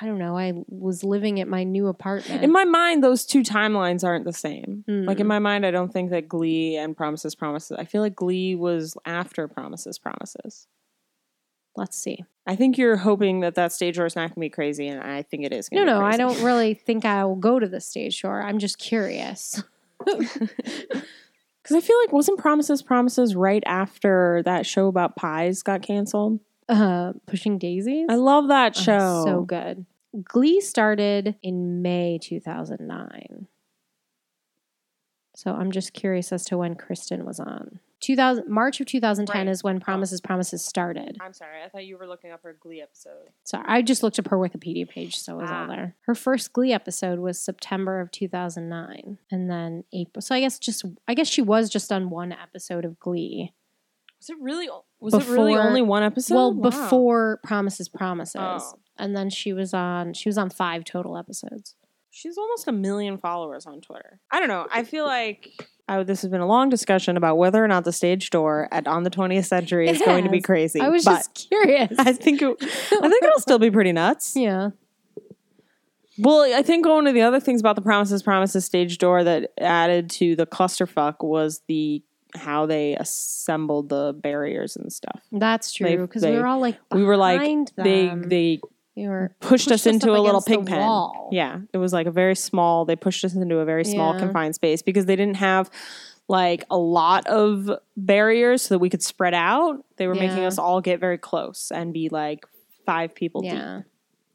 [SPEAKER 2] I don't know. I was living at my new apartment.
[SPEAKER 1] In my mind, those two timelines aren't the same.
[SPEAKER 2] Mm.
[SPEAKER 1] Like in my mind, I don't think that Glee and Promises Promises. I feel like Glee was after Promises Promises.
[SPEAKER 2] Let's see.
[SPEAKER 1] I think you're hoping that that stage door is not going to be crazy, and I think it is.
[SPEAKER 2] No,
[SPEAKER 1] gonna be
[SPEAKER 2] no, I
[SPEAKER 1] crazy.
[SPEAKER 2] don't really think I'll go to the stage shore. I'm just curious.
[SPEAKER 1] Because I feel like wasn't Promises Promises right after that show about pies got canceled?
[SPEAKER 2] Uh, Pushing Daisies?
[SPEAKER 1] I love that
[SPEAKER 2] Oh,
[SPEAKER 1] show.
[SPEAKER 2] So good. Glee started in May 2009. So I'm just curious as to when Kristen was on. 2000, March of 2010
[SPEAKER 1] Right.
[SPEAKER 2] is when Promises Promises started.
[SPEAKER 1] I'm sorry, I thought you were looking up her Glee episode.
[SPEAKER 2] So I just looked up her Wikipedia page, so it was all
[SPEAKER 1] Ah.
[SPEAKER 2] there. Her first Glee episode was September of 2009, and then April. So I guess just I guess she was just on one episode of Glee.
[SPEAKER 1] Was it really? Was it really
[SPEAKER 2] Before-
[SPEAKER 1] only one episode?
[SPEAKER 2] well,
[SPEAKER 1] Wow.
[SPEAKER 2] before Promises Promises,
[SPEAKER 1] Oh.
[SPEAKER 2] and then she was on she was on five total episodes.
[SPEAKER 1] She's almost a million followers on Twitter. I don't know. I feel like oh, this has been a long discussion about whether or not the stage door at On the 20th Century
[SPEAKER 2] It
[SPEAKER 1] is going to be
[SPEAKER 2] has.
[SPEAKER 1] crazy.
[SPEAKER 2] I was
[SPEAKER 1] but
[SPEAKER 2] just curious.
[SPEAKER 1] I think it, I think it'll still be pretty nuts.
[SPEAKER 2] yeah.
[SPEAKER 1] Well, I think one of the other things about the Promises Promises stage door that added to the clusterfuck was the how they assembled the barriers and stuff.
[SPEAKER 2] That's
[SPEAKER 1] They-
[SPEAKER 2] true. Because we
[SPEAKER 1] they-
[SPEAKER 2] were all like,
[SPEAKER 1] we were, like,
[SPEAKER 2] behind
[SPEAKER 1] They
[SPEAKER 2] them.
[SPEAKER 1] they
[SPEAKER 2] we were
[SPEAKER 1] pushed, us
[SPEAKER 2] up
[SPEAKER 1] into a little
[SPEAKER 2] against the
[SPEAKER 1] pig pen.
[SPEAKER 2] wall.
[SPEAKER 1] Yeah, it was like a very small. They pushed us into a very small
[SPEAKER 2] Yeah.
[SPEAKER 1] confined space because they didn't have like a lot of barriers so that we could spread out. They were making
[SPEAKER 2] Yeah.
[SPEAKER 1] us all get very close and be like five people deep,
[SPEAKER 2] Yeah.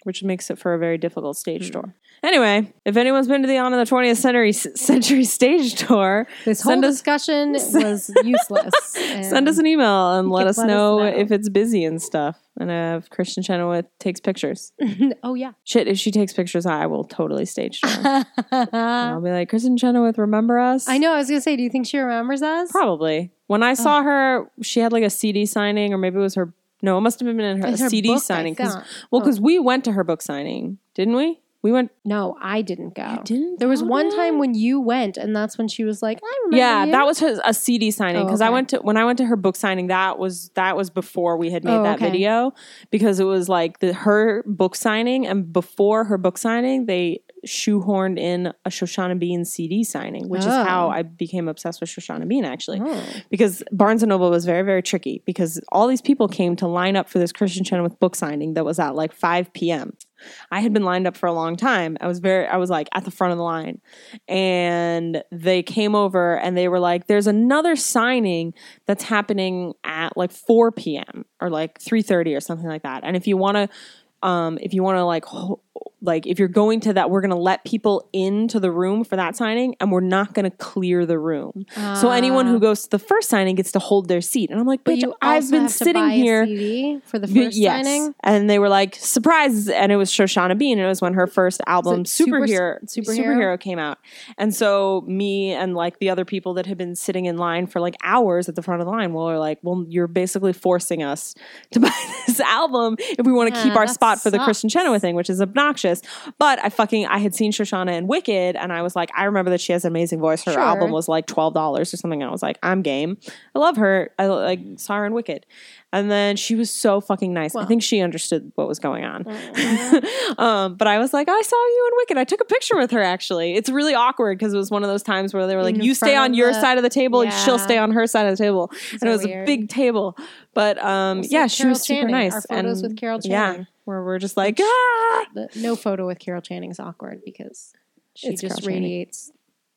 [SPEAKER 1] which makes it for a very difficult stage
[SPEAKER 2] Hmm.
[SPEAKER 1] door. Anyway, if anyone's been to the on in the 20th century century stage tour,
[SPEAKER 2] This whole
[SPEAKER 1] Send us-
[SPEAKER 2] discussion was useless.
[SPEAKER 1] send us an email and
[SPEAKER 2] you
[SPEAKER 1] let
[SPEAKER 2] can
[SPEAKER 1] us,
[SPEAKER 2] let us
[SPEAKER 1] know,
[SPEAKER 2] know.
[SPEAKER 1] if it's busy and stuff. And uh, if Christian Chenoweth takes pictures.
[SPEAKER 2] email. oh, yeah.
[SPEAKER 1] Shit, if she takes pictures, I will totally stage tour. And
[SPEAKER 2] I
[SPEAKER 1] I'll be like, Kristen Chenoweth, remember us?
[SPEAKER 2] know. I was going to say, do you think she remembers us?
[SPEAKER 1] Probably. When
[SPEAKER 2] Oh.
[SPEAKER 1] I saw her, she had like a CD signing, or maybe it was her. No, it must have been her,
[SPEAKER 2] In
[SPEAKER 1] a
[SPEAKER 2] her
[SPEAKER 1] CD
[SPEAKER 2] book, I
[SPEAKER 1] signing. Cause,
[SPEAKER 2] thought.
[SPEAKER 1] well,
[SPEAKER 2] Oh.
[SPEAKER 1] because we went to her book signing, didn't we? We went.
[SPEAKER 2] No, I didn't go.
[SPEAKER 1] didn't.
[SPEAKER 2] There was
[SPEAKER 1] go
[SPEAKER 2] one
[SPEAKER 1] to
[SPEAKER 2] time
[SPEAKER 1] that?
[SPEAKER 2] when you went, and that's when she was like, I remember.
[SPEAKER 1] Yeah,
[SPEAKER 2] you."
[SPEAKER 1] that was her, a CD signing
[SPEAKER 2] Oh,
[SPEAKER 1] because I
[SPEAKER 2] okay.
[SPEAKER 1] went to when I went to her book signing. That was that was before we had made
[SPEAKER 2] Oh,
[SPEAKER 1] that
[SPEAKER 2] okay.
[SPEAKER 1] video because it was like the her book signing and before her book signing they shoehorned in a Shoshana Bean CD signing, which
[SPEAKER 2] Oh.
[SPEAKER 1] is how I became obsessed with Shoshana Bean actually.
[SPEAKER 2] Oh.
[SPEAKER 1] because Barnes and Noble was very, very tricky because all these people came to line up for this Christian Chenoweth book signing that was at like 5 p.m. I had been lined up for a long time. I was very, I was like at the front of the line. And they came over and they were like, there's another signing that's happening at like 4 p.m. or like 3.30 or something like that. And if you want to, um, if you want to like ho- like if you're going to that we're going to let people into the room for that signing and we're not going to clear the room so anyone who
[SPEAKER 2] Ah.
[SPEAKER 1] goes to the first signing gets to hold their seat. And I'm like,
[SPEAKER 2] But
[SPEAKER 1] bitch,
[SPEAKER 2] you
[SPEAKER 1] I've
[SPEAKER 2] also
[SPEAKER 1] been
[SPEAKER 2] have to
[SPEAKER 1] sitting
[SPEAKER 2] buy a
[SPEAKER 1] here.
[SPEAKER 2] CD for the
[SPEAKER 1] Y-
[SPEAKER 2] first
[SPEAKER 1] yes.
[SPEAKER 2] signing.
[SPEAKER 1] And they were like, surprise. And it was Shoshana Bean. And it was when her first album,
[SPEAKER 2] Super-
[SPEAKER 1] Superhero,
[SPEAKER 2] Superhero?
[SPEAKER 1] Superhero, came out. And so me and like the other people that had been sitting in line for like hours at the front of the line were like, well, you're basically forcing us to buy this album if we want to keep
[SPEAKER 2] Yeah,
[SPEAKER 1] our
[SPEAKER 2] that
[SPEAKER 1] spot for the Christian
[SPEAKER 2] sucks.
[SPEAKER 1] Chenoweth thing, which is obnoxious. But I fucking, I had seen Shoshana in Wicked. And I was like, I remember that she has an amazing voice. Her
[SPEAKER 2] Sure.
[SPEAKER 1] album was like $12 or something. And I was like, I'm game. I love her. I like saw her in Wicked. And then she was so fucking nice.
[SPEAKER 2] Wow.
[SPEAKER 1] I think she understood what was going on.
[SPEAKER 2] Mm.
[SPEAKER 1] um, but I was like, I saw you in Wicked. I took a picture with her actually. It's really awkward because it was one of those times where they were like,
[SPEAKER 2] In
[SPEAKER 1] you stay
[SPEAKER 2] front
[SPEAKER 1] on
[SPEAKER 2] of
[SPEAKER 1] your
[SPEAKER 2] the-
[SPEAKER 1] side of the table and she'll
[SPEAKER 2] Yeah.
[SPEAKER 1] stay on her side of the table.
[SPEAKER 2] These
[SPEAKER 1] and
[SPEAKER 2] are
[SPEAKER 1] it was a
[SPEAKER 2] weird.
[SPEAKER 1] big table. But um,
[SPEAKER 2] It's
[SPEAKER 1] yeah,
[SPEAKER 2] like
[SPEAKER 1] she
[SPEAKER 2] Carol
[SPEAKER 1] was super
[SPEAKER 2] Channing,
[SPEAKER 1] nice.
[SPEAKER 2] Our photos
[SPEAKER 1] and
[SPEAKER 2] with Carol
[SPEAKER 1] yeah.
[SPEAKER 2] Channing.
[SPEAKER 1] where we're just like, ah,
[SPEAKER 2] The, no photo with Carol Channing's awkward because she
[SPEAKER 1] It's
[SPEAKER 2] just
[SPEAKER 1] Carol Channing.
[SPEAKER 2] radiates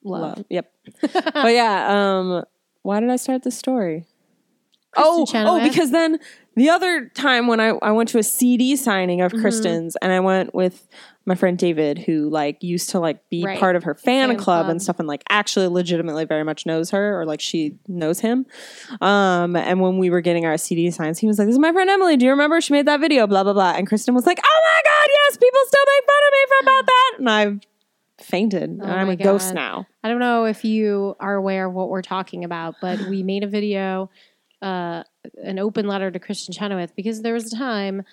[SPEAKER 2] love.
[SPEAKER 1] Love. Yep. but yeah, um, why did I start this story? oh, oh,
[SPEAKER 2] Chenoweth?
[SPEAKER 1] because then the other time when I, I went to a CD signing of
[SPEAKER 2] Mhm.
[SPEAKER 1] Kristen's and I went with my friend David who like used to like be
[SPEAKER 2] Right.
[SPEAKER 1] part of her fan,
[SPEAKER 2] Fan
[SPEAKER 1] club,
[SPEAKER 2] club.
[SPEAKER 1] and stuff and like actually legitimately very much knows her or like she knows him. Um, and when we were getting our CD signs, he was like, "This is my friend Emily. Do you remember she made that video? Blah blah blah." And Kristen was like, "Oh my god, yes! People still make fun of me for about that." And I've fainted.
[SPEAKER 2] Oh
[SPEAKER 1] and I'm
[SPEAKER 2] my
[SPEAKER 1] a ghost
[SPEAKER 2] God.
[SPEAKER 1] now.
[SPEAKER 2] I don't know if you are aware of what we're talking about, but we made a video, uh, an open letter to Christian Chenoweth because there was a time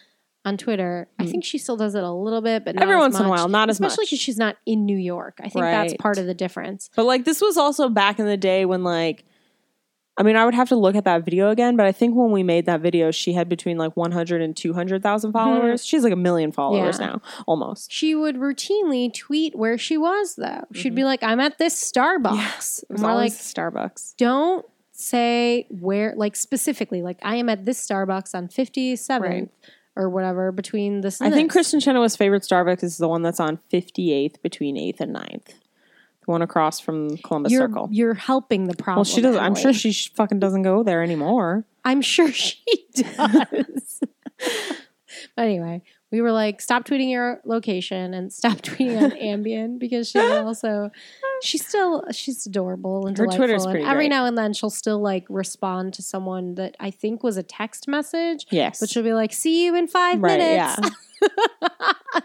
[SPEAKER 2] on Twitter. I
[SPEAKER 1] Mm.
[SPEAKER 2] think she still does it a little bit, but not
[SPEAKER 1] Every
[SPEAKER 2] as
[SPEAKER 1] once in a
[SPEAKER 2] much,
[SPEAKER 1] while, not as
[SPEAKER 2] especially
[SPEAKER 1] much.
[SPEAKER 2] because she's not in New York. I think that's
[SPEAKER 1] Right.
[SPEAKER 2] part of the difference.
[SPEAKER 1] But like this was also back in the day when like I mean, I would have to look at that video again, but I think when we made that video, she had between like 100 and 200,000 followers. She's like a million followers
[SPEAKER 2] Mm-hmm. Yeah.
[SPEAKER 1] now, almost.
[SPEAKER 2] She would routinely tweet where she was, though. She'd be like, "I'm at this Starbucks,"
[SPEAKER 1] Mm-hmm. It
[SPEAKER 2] and
[SPEAKER 1] was
[SPEAKER 2] we're
[SPEAKER 1] always
[SPEAKER 2] like,
[SPEAKER 1] Starbucks.
[SPEAKER 2] don't say where like specifically like i am at this starbucks on 57th
[SPEAKER 1] Right.
[SPEAKER 2] or whatever between this
[SPEAKER 1] I
[SPEAKER 2] and
[SPEAKER 1] think
[SPEAKER 2] this.
[SPEAKER 1] Kristen Chenoweth's favorite Starbucks is the one that's on 58th between 8th and 9th. The one across from Columbus
[SPEAKER 2] you're,
[SPEAKER 1] Circle.
[SPEAKER 2] you're helping the problem
[SPEAKER 1] Well, she doesn't. I'm sure
[SPEAKER 2] Emily.
[SPEAKER 1] she sh- fucking doesn't go there anymore.
[SPEAKER 2] i'm sure she does but anyway we were like stop tweeting your location and stop tweeting on ambien because she will also she's still she's adorable and
[SPEAKER 1] Her
[SPEAKER 2] delightful
[SPEAKER 1] Twitter's
[SPEAKER 2] and
[SPEAKER 1] pretty
[SPEAKER 2] every
[SPEAKER 1] great.
[SPEAKER 2] now and then she'll still like respond to someone that i think was a text message
[SPEAKER 1] Yes.
[SPEAKER 2] but she'll be like see you in five
[SPEAKER 1] right,
[SPEAKER 2] minutes
[SPEAKER 1] yeah.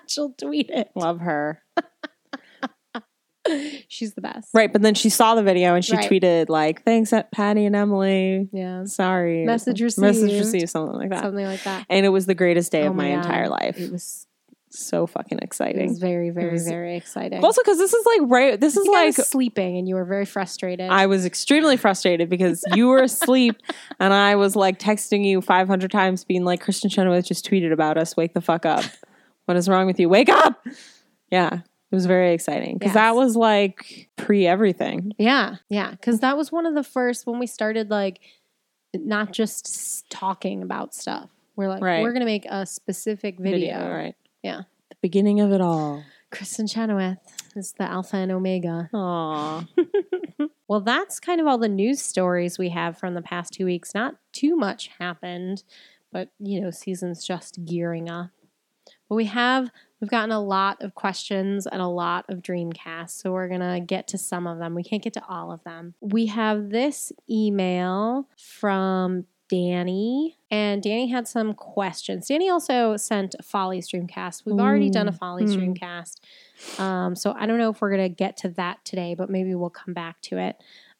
[SPEAKER 2] She'll tweet it.
[SPEAKER 1] Love her.
[SPEAKER 2] She's the best.
[SPEAKER 1] Right, but then she saw the video and she
[SPEAKER 2] Right.
[SPEAKER 1] tweeted like, "Thanks at Patty and Emily.
[SPEAKER 2] Yeah.
[SPEAKER 1] Sorry,
[SPEAKER 2] Message
[SPEAKER 1] Message
[SPEAKER 2] received.
[SPEAKER 1] received, something like that."
[SPEAKER 2] Something like that.
[SPEAKER 1] and it was the greatest day
[SPEAKER 2] Oh
[SPEAKER 1] of
[SPEAKER 2] my
[SPEAKER 1] my,
[SPEAKER 2] God.
[SPEAKER 1] entire life.
[SPEAKER 2] It was
[SPEAKER 1] so fucking
[SPEAKER 2] It was
[SPEAKER 1] exciting.
[SPEAKER 2] very, very,
[SPEAKER 1] was-
[SPEAKER 2] very exciting.
[SPEAKER 1] Also, because this is like right, this
[SPEAKER 2] I
[SPEAKER 1] is
[SPEAKER 2] think I
[SPEAKER 1] like
[SPEAKER 2] was sleeping, and you were very frustrated.
[SPEAKER 1] I was extremely frustrated because you were asleep and I was like texting you 500 times, being like, Kristen Chenoweth just tweeted about us. Wake the fuck up. What is wrong with you? Wake up. Yeah. It was very exciting because
[SPEAKER 2] Yes.
[SPEAKER 1] that was like pre everything.
[SPEAKER 2] yeah, yeah, because that was one of the first when we started like not just s- talking about stuff. We're like,
[SPEAKER 1] Right.
[SPEAKER 2] we're gonna make a specific video.
[SPEAKER 1] Right.
[SPEAKER 2] Yeah.
[SPEAKER 1] The beginning of it all.
[SPEAKER 2] Kristen Chenoweth is the alpha and omega.
[SPEAKER 1] Aww.
[SPEAKER 2] Well, that's kind of all the news stories we have from the past two weeks. Not too much happened, but you know, season's just gearing up. But we have we've gotten a lot of questions and a lot of dreamcasts, so we're gonna get to some of them. We can't get to all of them. We have this email from Danny, and Danny had some questions. Danny also sent a Follies Dreamcast. We've already done a
[SPEAKER 1] Mm.
[SPEAKER 2] Follies
[SPEAKER 1] Mm.
[SPEAKER 2] Dreamcast. Um, so I don't know if we're going to get to that today, but maybe we'll come back to it.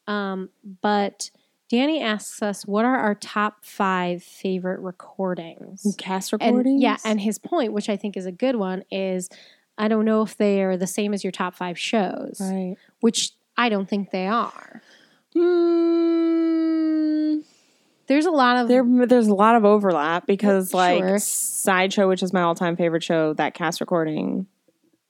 [SPEAKER 2] Um, but Danny asks us, what are our top five favorite recordings?
[SPEAKER 1] Cast
[SPEAKER 2] And,
[SPEAKER 1] recordings?
[SPEAKER 2] yeah, and his point, which I think is a good one, is I don't know if they are the same as your top five shows,
[SPEAKER 1] Right.
[SPEAKER 2] which I don't think they are. Hmm.
[SPEAKER 1] Mm,
[SPEAKER 2] There's a lot of
[SPEAKER 1] there, there's a lot of overlap because, like,
[SPEAKER 2] Sure.
[SPEAKER 1] Sideshow, which is my all-time favorite show, that cast recording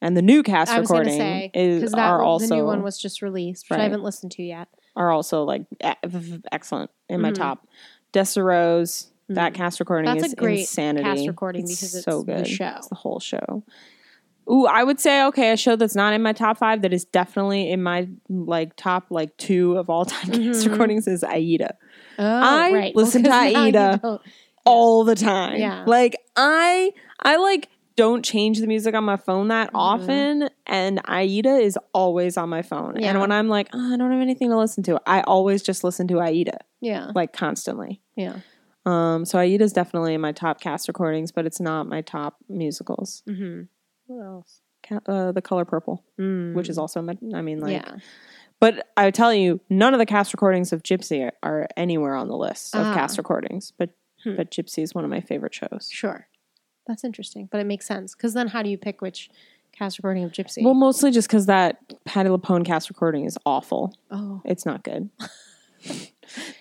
[SPEAKER 1] and the new cast
[SPEAKER 2] I was gonna
[SPEAKER 1] recording
[SPEAKER 2] say,
[SPEAKER 1] is
[SPEAKER 2] because that
[SPEAKER 1] are
[SPEAKER 2] one- the new
[SPEAKER 1] also
[SPEAKER 2] one was just released, which I
[SPEAKER 1] Right.
[SPEAKER 2] haven't listened to yet.
[SPEAKER 1] are also like e- v- excellent in my
[SPEAKER 2] Mhm.
[SPEAKER 1] top. Desiro's that
[SPEAKER 2] Mhm.
[SPEAKER 1] cast recording
[SPEAKER 2] That's
[SPEAKER 1] is
[SPEAKER 2] a great
[SPEAKER 1] insanity.
[SPEAKER 2] cast recording because it's
[SPEAKER 1] so
[SPEAKER 2] the
[SPEAKER 1] good.
[SPEAKER 2] show.
[SPEAKER 1] It's the whole show. Ooh, I would say okay, a show that's not in my top five that is definitely in my like top like two of all time cast
[SPEAKER 2] Mhm.
[SPEAKER 1] recordings is Aida.
[SPEAKER 2] Oh,
[SPEAKER 1] I
[SPEAKER 2] right.
[SPEAKER 1] listen to
[SPEAKER 2] 'cause now you
[SPEAKER 1] Aida.
[SPEAKER 2] don't-
[SPEAKER 1] all the time.
[SPEAKER 2] Yeah.
[SPEAKER 1] Like I I like don't change the music on my phone that
[SPEAKER 2] Mm-hmm.
[SPEAKER 1] often and Aida is always on my phone.
[SPEAKER 2] Yeah.
[SPEAKER 1] And when I'm like, oh, I don't have anything to listen to, I always just listen to Aida
[SPEAKER 2] Yeah,
[SPEAKER 1] like constantly.
[SPEAKER 2] yeah.
[SPEAKER 1] Um so Aida's definitely in my top cast recordings, but it's not my top musicals.
[SPEAKER 2] Mm-hmm. Mm.
[SPEAKER 1] What else? Ca- uh, the color purple, which is also my, I mean, like,
[SPEAKER 2] yeah.
[SPEAKER 1] but I tell you, none of the cast recordings of Gypsy are, are anywhere on the list of
[SPEAKER 2] Ah.
[SPEAKER 1] cast recordings. But
[SPEAKER 2] Hmm.
[SPEAKER 1] but Gypsy is one of my favorite shows.
[SPEAKER 2] Sure. That's interesting, but it makes sense because then how do you pick which cast recording of Gypsy?
[SPEAKER 1] Well, mostly just because that Patty LaPone cast recording is awful.
[SPEAKER 2] oh,
[SPEAKER 1] It's not good.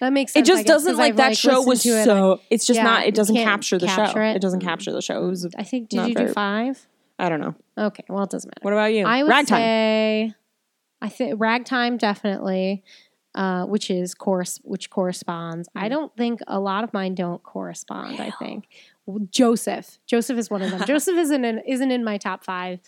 [SPEAKER 2] that makes
[SPEAKER 1] It
[SPEAKER 2] sense. I
[SPEAKER 1] just
[SPEAKER 2] guess,
[SPEAKER 1] doesn't
[SPEAKER 2] 'cause
[SPEAKER 1] like
[SPEAKER 2] I've,
[SPEAKER 1] that show
[SPEAKER 2] listened
[SPEAKER 1] was
[SPEAKER 2] to it.
[SPEAKER 1] so. it's just
[SPEAKER 2] Yeah,
[SPEAKER 1] not.
[SPEAKER 2] you
[SPEAKER 1] It doesn't
[SPEAKER 2] can't
[SPEAKER 1] capture the
[SPEAKER 2] capture
[SPEAKER 1] show.
[SPEAKER 2] it.
[SPEAKER 1] It. doesn't
[SPEAKER 2] Mm.
[SPEAKER 1] capture the show. It was.
[SPEAKER 2] I think did
[SPEAKER 1] not
[SPEAKER 2] you do
[SPEAKER 1] very-
[SPEAKER 2] five?
[SPEAKER 1] I don't know.
[SPEAKER 2] Okay, well it doesn't matter.
[SPEAKER 1] What about you?
[SPEAKER 2] I would
[SPEAKER 1] Ragtime.
[SPEAKER 2] say, I think ragtime definitely, uh, which is course which corresponds. I
[SPEAKER 1] Mhm.
[SPEAKER 2] don't think a lot of mine don't correspond. I think W- Joseph, Joseph is one of them. Joseph isn't in, isn't in my top five,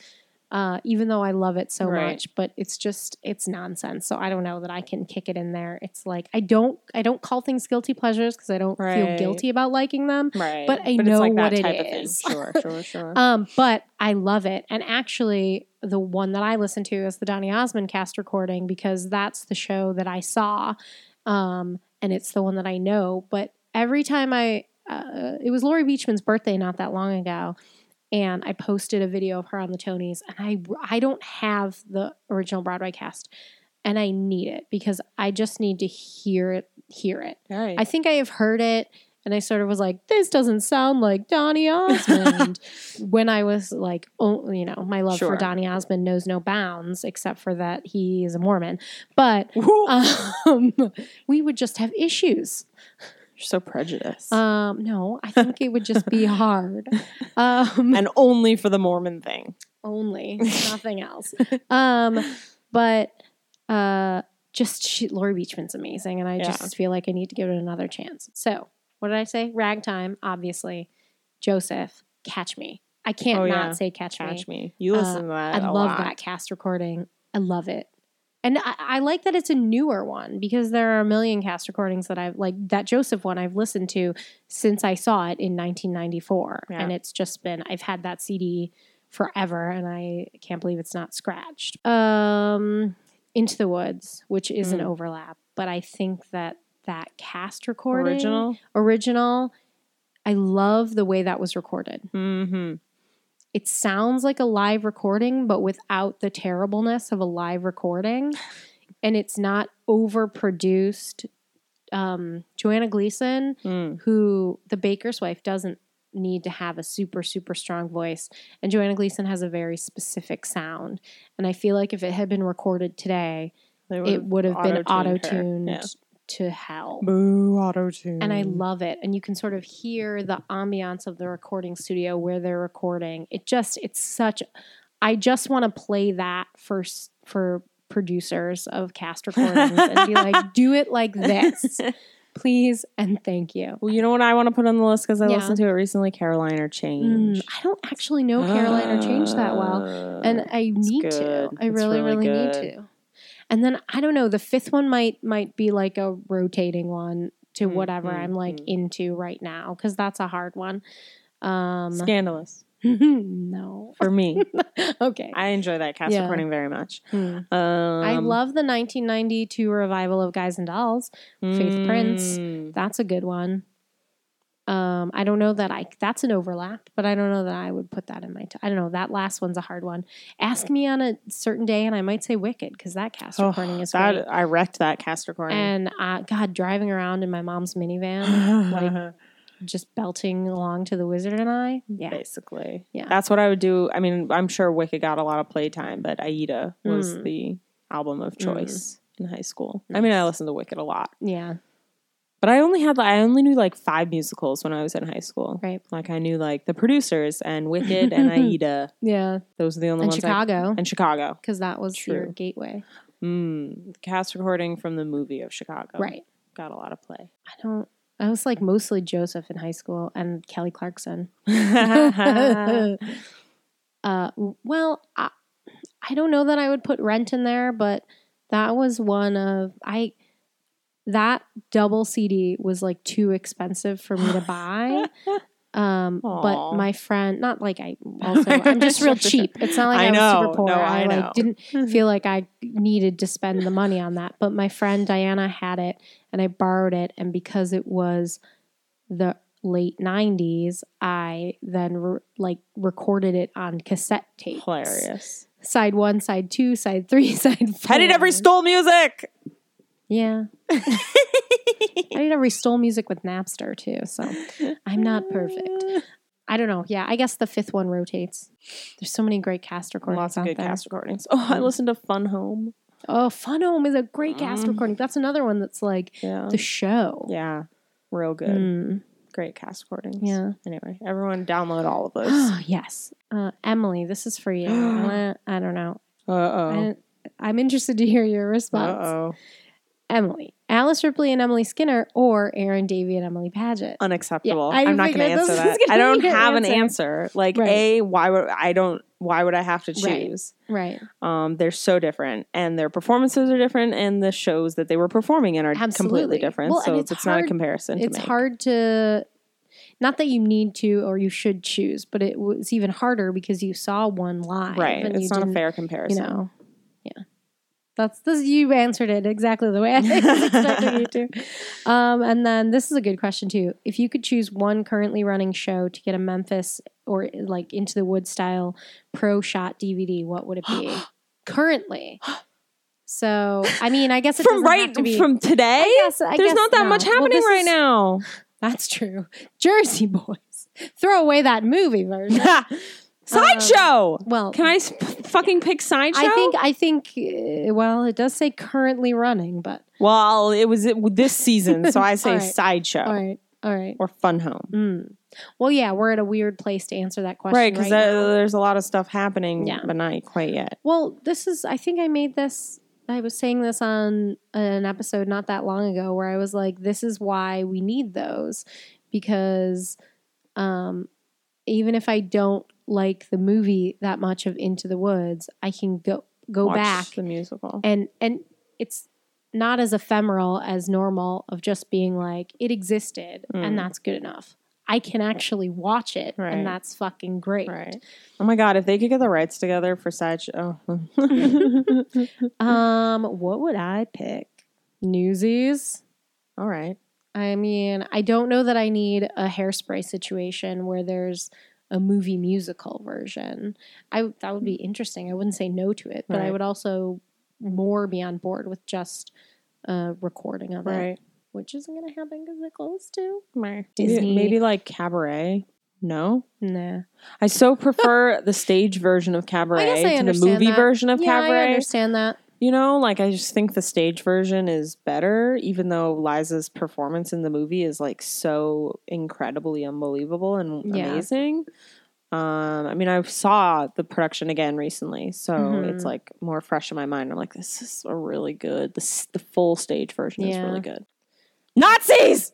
[SPEAKER 2] uh, even though I love it so
[SPEAKER 1] Right.
[SPEAKER 2] much. But it's just it's nonsense. So I don't know that I can kick it in there. It's like I don't I don't call things guilty pleasures because I don't feel
[SPEAKER 1] Right.
[SPEAKER 2] guilty about liking them.
[SPEAKER 1] right.
[SPEAKER 2] but I know what it is.
[SPEAKER 1] thing. Sure. Sure. Sure.
[SPEAKER 2] Um, but I love it. And actually, the one that I listen to is the Donny Osmond cast recording because that's the show that I saw. Um, and it's the one that I know. But every time I, uh, it was Lori Beachman's birthday not that long ago. And I posted a video of her on the Tonys. And I, I don't have the original Broadway cast. And I need it because I just need to hear it, hear it.
[SPEAKER 1] All right.
[SPEAKER 2] I think I have heard it, and I sort of was like, "This doesn't sound like Donny Osmond." when I was like, "Oh, you know, my love for
[SPEAKER 1] Sure.
[SPEAKER 2] Donny Osmond knows no bounds, except for that he is a Mormon." But
[SPEAKER 1] Woo.
[SPEAKER 2] um, we would just have issues.
[SPEAKER 1] You're so prejudiced.
[SPEAKER 2] Um, no, I think it would just be hard. Um,
[SPEAKER 1] and only for the Mormon thing.
[SPEAKER 2] only nothing else um but uh just she, Lori Beachman's amazing and I
[SPEAKER 1] Yeah.
[SPEAKER 2] just feel like I need to give it another chance so what did I say ragtime obviously Joseph catch me I can't
[SPEAKER 1] Oh,
[SPEAKER 2] not
[SPEAKER 1] yeah.
[SPEAKER 2] say catch, me.
[SPEAKER 1] Catch me. You
[SPEAKER 2] Uh,
[SPEAKER 1] listen to that.
[SPEAKER 2] I
[SPEAKER 1] a
[SPEAKER 2] love
[SPEAKER 1] lot.
[SPEAKER 2] that cast recording I love it and I, I like that it's a newer one because there are a million cast recordings that I've like that Joseph one I've listened to since I saw it in 1994
[SPEAKER 1] Yeah.
[SPEAKER 2] and it's just been I've had that CD forever and I can't believe it's not scratched. Um Into the Woods, which is an
[SPEAKER 1] Mm.
[SPEAKER 2] overlap, but I think that that cast recording
[SPEAKER 1] Original.
[SPEAKER 2] original I love the way that was recorded.
[SPEAKER 1] Mm-hmm.
[SPEAKER 2] It sounds like a live recording but without the terribleness of a live recording and it's not overproduced um Joanna Gleason
[SPEAKER 1] Mm.
[SPEAKER 2] who the baker's wife doesn't need to have a super, super strong voice. And Joanna Gleason has a very specific sound. And I feel like if it had been recorded today,
[SPEAKER 1] They
[SPEAKER 2] it would have been auto
[SPEAKER 1] auto-tuned her.
[SPEAKER 2] tuned
[SPEAKER 1] Yeah.
[SPEAKER 2] to hell.
[SPEAKER 1] Boo, auto tune.
[SPEAKER 2] And I love it. And you can sort of hear the ambiance of the recording studio where they're recording. It just, it's such, I just want to play that for, s- for producers of cast recordings and be like, do it like this, please. And thank you.
[SPEAKER 1] Well, you know what I want to put on the list because I
[SPEAKER 2] Yeah.
[SPEAKER 1] listened to it recently. Caroline or Change.
[SPEAKER 2] Mm, I don't actually know Carolina Change that well. and I need to.
[SPEAKER 1] good.
[SPEAKER 2] I
[SPEAKER 1] It's
[SPEAKER 2] really,
[SPEAKER 1] really
[SPEAKER 2] really,
[SPEAKER 1] good.
[SPEAKER 2] need to. And then I don't know. The fifth one might might be like a rotating one to
[SPEAKER 1] Mm,
[SPEAKER 2] whatever
[SPEAKER 1] mm,
[SPEAKER 2] I'm like
[SPEAKER 1] mm.
[SPEAKER 2] into right now because that's a hard one. Um,
[SPEAKER 1] scandalous
[SPEAKER 2] no.
[SPEAKER 1] for me.
[SPEAKER 2] Okay.
[SPEAKER 1] I enjoy that cast
[SPEAKER 2] Yeah.
[SPEAKER 1] recording very much.
[SPEAKER 2] Hmm.
[SPEAKER 1] Um,
[SPEAKER 2] I love the 1992 revival of Guys and Dolls. Faith Prince.
[SPEAKER 1] mm,
[SPEAKER 2] That's a good one. Um, I don't know that I that's an overlap, but I don't know that I would put that in my. I I don't know that last one's a hard one. Ask me on a certain day, and I might say Wicked because that cast
[SPEAKER 1] Oh,
[SPEAKER 2] recording is great.
[SPEAKER 1] that, I wrecked that cast recording.
[SPEAKER 2] And uh, God, driving around in my mom's minivan, like- just belting along to the Wizard and I. Yeah,
[SPEAKER 1] Basically,
[SPEAKER 2] Yeah.
[SPEAKER 1] That's what I would do. I mean, I'm sure Wicked got a lot of playtime, but Aida was
[SPEAKER 2] Mm. Mm-hmm.
[SPEAKER 1] the album of choice in high school. I
[SPEAKER 2] Nice.
[SPEAKER 1] mean, I listened to Wicked a lot,
[SPEAKER 2] yeah,
[SPEAKER 1] but I only had I only knew like five musicals when I was in high school.
[SPEAKER 2] Right.
[SPEAKER 1] Like I knew like the producers and Wicked and Aida.
[SPEAKER 2] yeah.
[SPEAKER 1] Those are the only
[SPEAKER 2] And
[SPEAKER 1] ones. I-
[SPEAKER 2] Chicago,
[SPEAKER 1] and Chicago.
[SPEAKER 2] because that was your
[SPEAKER 1] True.
[SPEAKER 2] gateway,
[SPEAKER 1] Mm, the cast recording from the movie of Chicago.
[SPEAKER 2] right?
[SPEAKER 1] Got a lot of play.
[SPEAKER 2] I don't. I was like mostly Joseph in high school and Kelly Clarkson.
[SPEAKER 1] I
[SPEAKER 2] uh, well, I, I don't know that I would put Rent in there, but that was one of I. That double CD was like too expensive for me to buy. Um, but
[SPEAKER 1] Aw.
[SPEAKER 2] my friend, not like I also, I'm just real cheap. It's not like I,
[SPEAKER 1] I
[SPEAKER 2] was
[SPEAKER 1] know.
[SPEAKER 2] super poor.
[SPEAKER 1] No,
[SPEAKER 2] I,
[SPEAKER 1] I
[SPEAKER 2] like
[SPEAKER 1] know.
[SPEAKER 2] didn't feel like I needed to spend the money on that. But my friend Diana had it and I borrowed it. And because it was the late 90s, I then re- like recorded it on cassette tape.
[SPEAKER 1] Hilarious.
[SPEAKER 2] Side one, side two, side three, side four.
[SPEAKER 1] Petty every stole music.
[SPEAKER 2] Yeah. I did every stole music with Napster too. So I'm not perfect. I don't know. Yeah, I guess the fifth one rotates. There's so many great cast recordings
[SPEAKER 1] Lots of
[SPEAKER 2] out
[SPEAKER 1] good
[SPEAKER 2] there.
[SPEAKER 1] cast recordings. Oh, I
[SPEAKER 2] Mm.
[SPEAKER 1] listened to Fun Home.
[SPEAKER 2] Oh, Fun Home is a great cast
[SPEAKER 1] Mm.
[SPEAKER 2] recording. That's another one that's like
[SPEAKER 1] Yeah.
[SPEAKER 2] the
[SPEAKER 1] Oh,
[SPEAKER 2] show.
[SPEAKER 1] yeah. Real good.
[SPEAKER 2] Mm.
[SPEAKER 1] Great cast recordings.
[SPEAKER 2] Yeah.
[SPEAKER 1] Anyway, everyone download all of those.
[SPEAKER 2] Oh, yes. Uh, Emily, this is for you. I I don't know.
[SPEAKER 1] uh oh.
[SPEAKER 2] I, I'm interested to hear your
[SPEAKER 1] Uh
[SPEAKER 2] response.
[SPEAKER 1] oh.
[SPEAKER 2] Emily, Alice Ripley and Emily Skinner, or Aaron Davey and Emily Paget.
[SPEAKER 1] Uh, Unacceptable.
[SPEAKER 2] Yeah, I
[SPEAKER 1] I'm not going to
[SPEAKER 2] figured this
[SPEAKER 1] answer
[SPEAKER 2] was
[SPEAKER 1] that.
[SPEAKER 2] gonna
[SPEAKER 1] I don't
[SPEAKER 2] be your
[SPEAKER 1] have an
[SPEAKER 2] answer.
[SPEAKER 1] answer. Like
[SPEAKER 2] Right.
[SPEAKER 1] a why would I don't why would I have to
[SPEAKER 2] Right.
[SPEAKER 1] choose?
[SPEAKER 2] right.
[SPEAKER 1] Um, they're so different, and their performances are different, and the shows that they were performing in are
[SPEAKER 2] Absolutely.
[SPEAKER 1] completely different.
[SPEAKER 2] Well, and
[SPEAKER 1] so
[SPEAKER 2] it's
[SPEAKER 1] it's, not a
[SPEAKER 2] hard-
[SPEAKER 1] comparison.
[SPEAKER 2] It's
[SPEAKER 1] to make.
[SPEAKER 2] hard to, not that you need to or you should choose, but it was even harder because you saw one live.
[SPEAKER 1] right?
[SPEAKER 2] and you
[SPEAKER 1] It's not a
[SPEAKER 2] didn't-
[SPEAKER 1] fair
[SPEAKER 2] You
[SPEAKER 1] comparison.
[SPEAKER 2] know, yeah. That's this. You answered it exactly the way I was expecting you to. Um, and then this is a good question too. If you could choose one currently running show to get a Memphis or like Into the Woods style pro shot DVD, what would it be currently? So I mean, I guess it
[SPEAKER 1] from
[SPEAKER 2] doesn't have
[SPEAKER 1] right
[SPEAKER 2] to be.
[SPEAKER 1] from today,
[SPEAKER 2] I guess, I
[SPEAKER 1] there's
[SPEAKER 2] guess
[SPEAKER 1] not that
[SPEAKER 2] no.
[SPEAKER 1] much
[SPEAKER 2] Well,
[SPEAKER 1] happening
[SPEAKER 2] this
[SPEAKER 1] right
[SPEAKER 2] is-
[SPEAKER 1] now.
[SPEAKER 2] That's true. Jersey Boys. Throw away that movie version.
[SPEAKER 1] Sideshow.
[SPEAKER 2] Well,
[SPEAKER 1] Can I s- fucking pick sideshow?
[SPEAKER 2] I think I think uh, well, it does say currently running, but
[SPEAKER 1] Well, it was it, this season, so I say
[SPEAKER 2] All right.
[SPEAKER 1] sideshow
[SPEAKER 2] all right, all right.
[SPEAKER 1] or Fun Home.
[SPEAKER 2] Mm. Well, yeah, we're at a weird place to answer that question.
[SPEAKER 1] Right, because
[SPEAKER 2] now.
[SPEAKER 1] there's a lot of stuff happening,
[SPEAKER 2] Yeah.
[SPEAKER 1] but not quite yet.
[SPEAKER 2] well, this is. I think I made this. I was saying this on an episode not that long ago where I was like, "This is why we need those," because um, even if I don't like the movie that much of Into the Woods, I can go go
[SPEAKER 1] Watch
[SPEAKER 2] back
[SPEAKER 1] the musical.
[SPEAKER 2] and and it's not as ephemeral as normal of just being like it existed
[SPEAKER 1] Mm.
[SPEAKER 2] and that's good enough i can actually watch it
[SPEAKER 1] Right.
[SPEAKER 2] and that's fucking great
[SPEAKER 1] Right. Oh my god, if they could get the rights together for sideshow. oh.
[SPEAKER 2] um what would i pick newsies
[SPEAKER 1] All right.
[SPEAKER 2] i mean i don't know that i need a hairspray situation where there's a movie musical version i that would be interesting i wouldn't say no to it but i
[SPEAKER 1] Right.
[SPEAKER 2] would also more be on board with just a recording of it
[SPEAKER 1] Right.
[SPEAKER 2] which isn't going to happen because they're closed too.
[SPEAKER 1] Right.
[SPEAKER 2] Disney.
[SPEAKER 1] Maybe, maybe like cabaret. No,
[SPEAKER 2] Nah.
[SPEAKER 1] I so prefer the stage version of
[SPEAKER 2] I guess I
[SPEAKER 1] Cabaret to the
[SPEAKER 2] understand
[SPEAKER 1] movie
[SPEAKER 2] that.
[SPEAKER 1] version of
[SPEAKER 2] yeah, I
[SPEAKER 1] Cabaret.
[SPEAKER 2] understand that.
[SPEAKER 1] You know, like I just think the stage version is better, even though Liza's performance in the movie is like so incredibly unbelievable and
[SPEAKER 2] Yeah.
[SPEAKER 1] amazing. Um, I mean, I saw the production again recently, so
[SPEAKER 2] Mhm.
[SPEAKER 1] it's like more fresh in my mind. I'm like, this is a really good. The s- the full stage version is
[SPEAKER 2] Yeah.
[SPEAKER 1] really good. Nazis,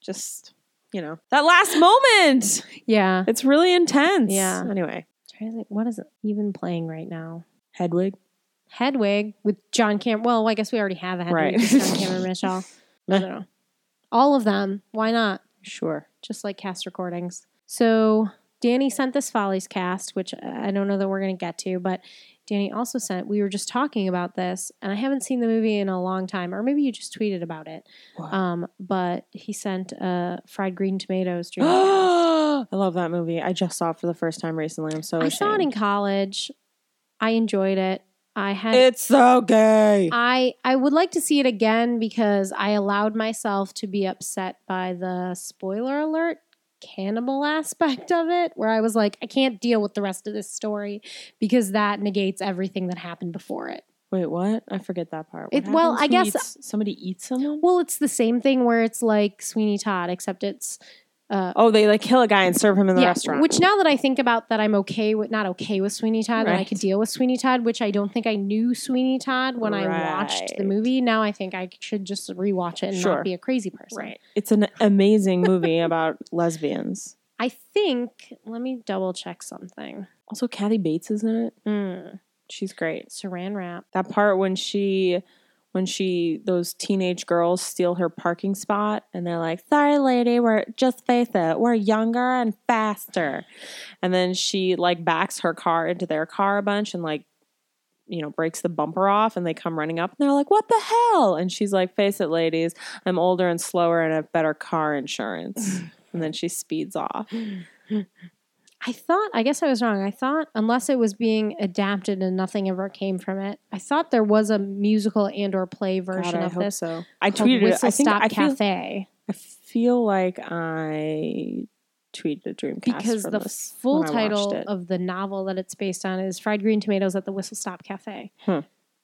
[SPEAKER 1] just you know that last moment.
[SPEAKER 2] Yeah.
[SPEAKER 1] It's really intense.
[SPEAKER 2] Yeah.
[SPEAKER 1] Anyway,
[SPEAKER 2] trying to think, what is it even playing right now?
[SPEAKER 1] Hedwig.
[SPEAKER 2] Hedwig with John Cam. Well, I guess we already have a Hedwig
[SPEAKER 1] Right.
[SPEAKER 2] with John Cameron Mitchell. I don't know. All of them. Why not?
[SPEAKER 1] Sure.
[SPEAKER 2] Just like cast recordings. So Danny sent this Follies cast, which I don't know that we're going to get to, but Danny also sent. We were just talking about this, and I haven't seen the movie in a long time, or maybe you just tweeted about it.
[SPEAKER 1] What?
[SPEAKER 2] Um, but he sent uh, fried green tomatoes. Dream Cast.
[SPEAKER 1] I love that movie. I just saw it for the first time recently. I'm so
[SPEAKER 2] I saw it in
[SPEAKER 1] ashamed.
[SPEAKER 2] college. I enjoyed it. I had
[SPEAKER 1] It's so gay.
[SPEAKER 2] I I would like to see it again because I allowed myself to be upset by the spoiler alert cannibal aspect of it where I was like I can't deal with the rest of this story because that negates everything that happened before it.
[SPEAKER 1] Wait, what? I forget that part. What
[SPEAKER 2] It- well,
[SPEAKER 1] happens?
[SPEAKER 2] I
[SPEAKER 1] Who
[SPEAKER 2] guess-
[SPEAKER 1] eats- somebody eats someone.
[SPEAKER 2] Well, it's the same thing where it's like Sweeney Todd except it's uh
[SPEAKER 1] Oh, they like kill a guy and serve him in the restaurant.
[SPEAKER 2] Which now that I think about that, I'm okay with not okay with Sweeney Todd, that I
[SPEAKER 1] Right.
[SPEAKER 2] could deal with Sweeney Todd, which I don't think I knew Sweeney Todd when I watched the
[SPEAKER 1] Right.
[SPEAKER 2] movie. Now I think I should just rewatch it and
[SPEAKER 1] Sure.
[SPEAKER 2] not be a crazy person.
[SPEAKER 1] It's an amazing movie about lesbians.
[SPEAKER 2] I think. Let me double check something.
[SPEAKER 1] Also, Kathy Bates is in it.
[SPEAKER 2] Mm,
[SPEAKER 1] She's great.
[SPEAKER 2] saran wrap.
[SPEAKER 1] That part when she, when she, those teenage girls steal her parking spot and they're like, "Sorry, lady, we're just face it, we're younger and faster." And then she like backs her car into their car a bunch and like, you know, breaks the bumper off and they come running up and they're like, "What the hell?" And she's like, "Face it, ladies, I'm older and slower and have better car insurance." and then she speeds off.
[SPEAKER 2] I thought. I guess I was wrong. I thought unless it was being adapted and nothing ever came from it. I thought there was a musical and or play version
[SPEAKER 1] God, I
[SPEAKER 2] of
[SPEAKER 1] hope
[SPEAKER 2] this.
[SPEAKER 1] so. I
[SPEAKER 2] called
[SPEAKER 1] tweeted it.
[SPEAKER 2] Whistle
[SPEAKER 1] I think
[SPEAKER 2] Stop
[SPEAKER 1] I feel,
[SPEAKER 2] Cafe
[SPEAKER 1] I feel like I tweeted a Dreamcast
[SPEAKER 2] because
[SPEAKER 1] from
[SPEAKER 2] the
[SPEAKER 1] this
[SPEAKER 2] full
[SPEAKER 1] when I watched
[SPEAKER 2] title
[SPEAKER 1] it.
[SPEAKER 2] of the novel that it's based on is Fried Green Tomatoes at the Whistle Stop Cafe.
[SPEAKER 1] Hmm.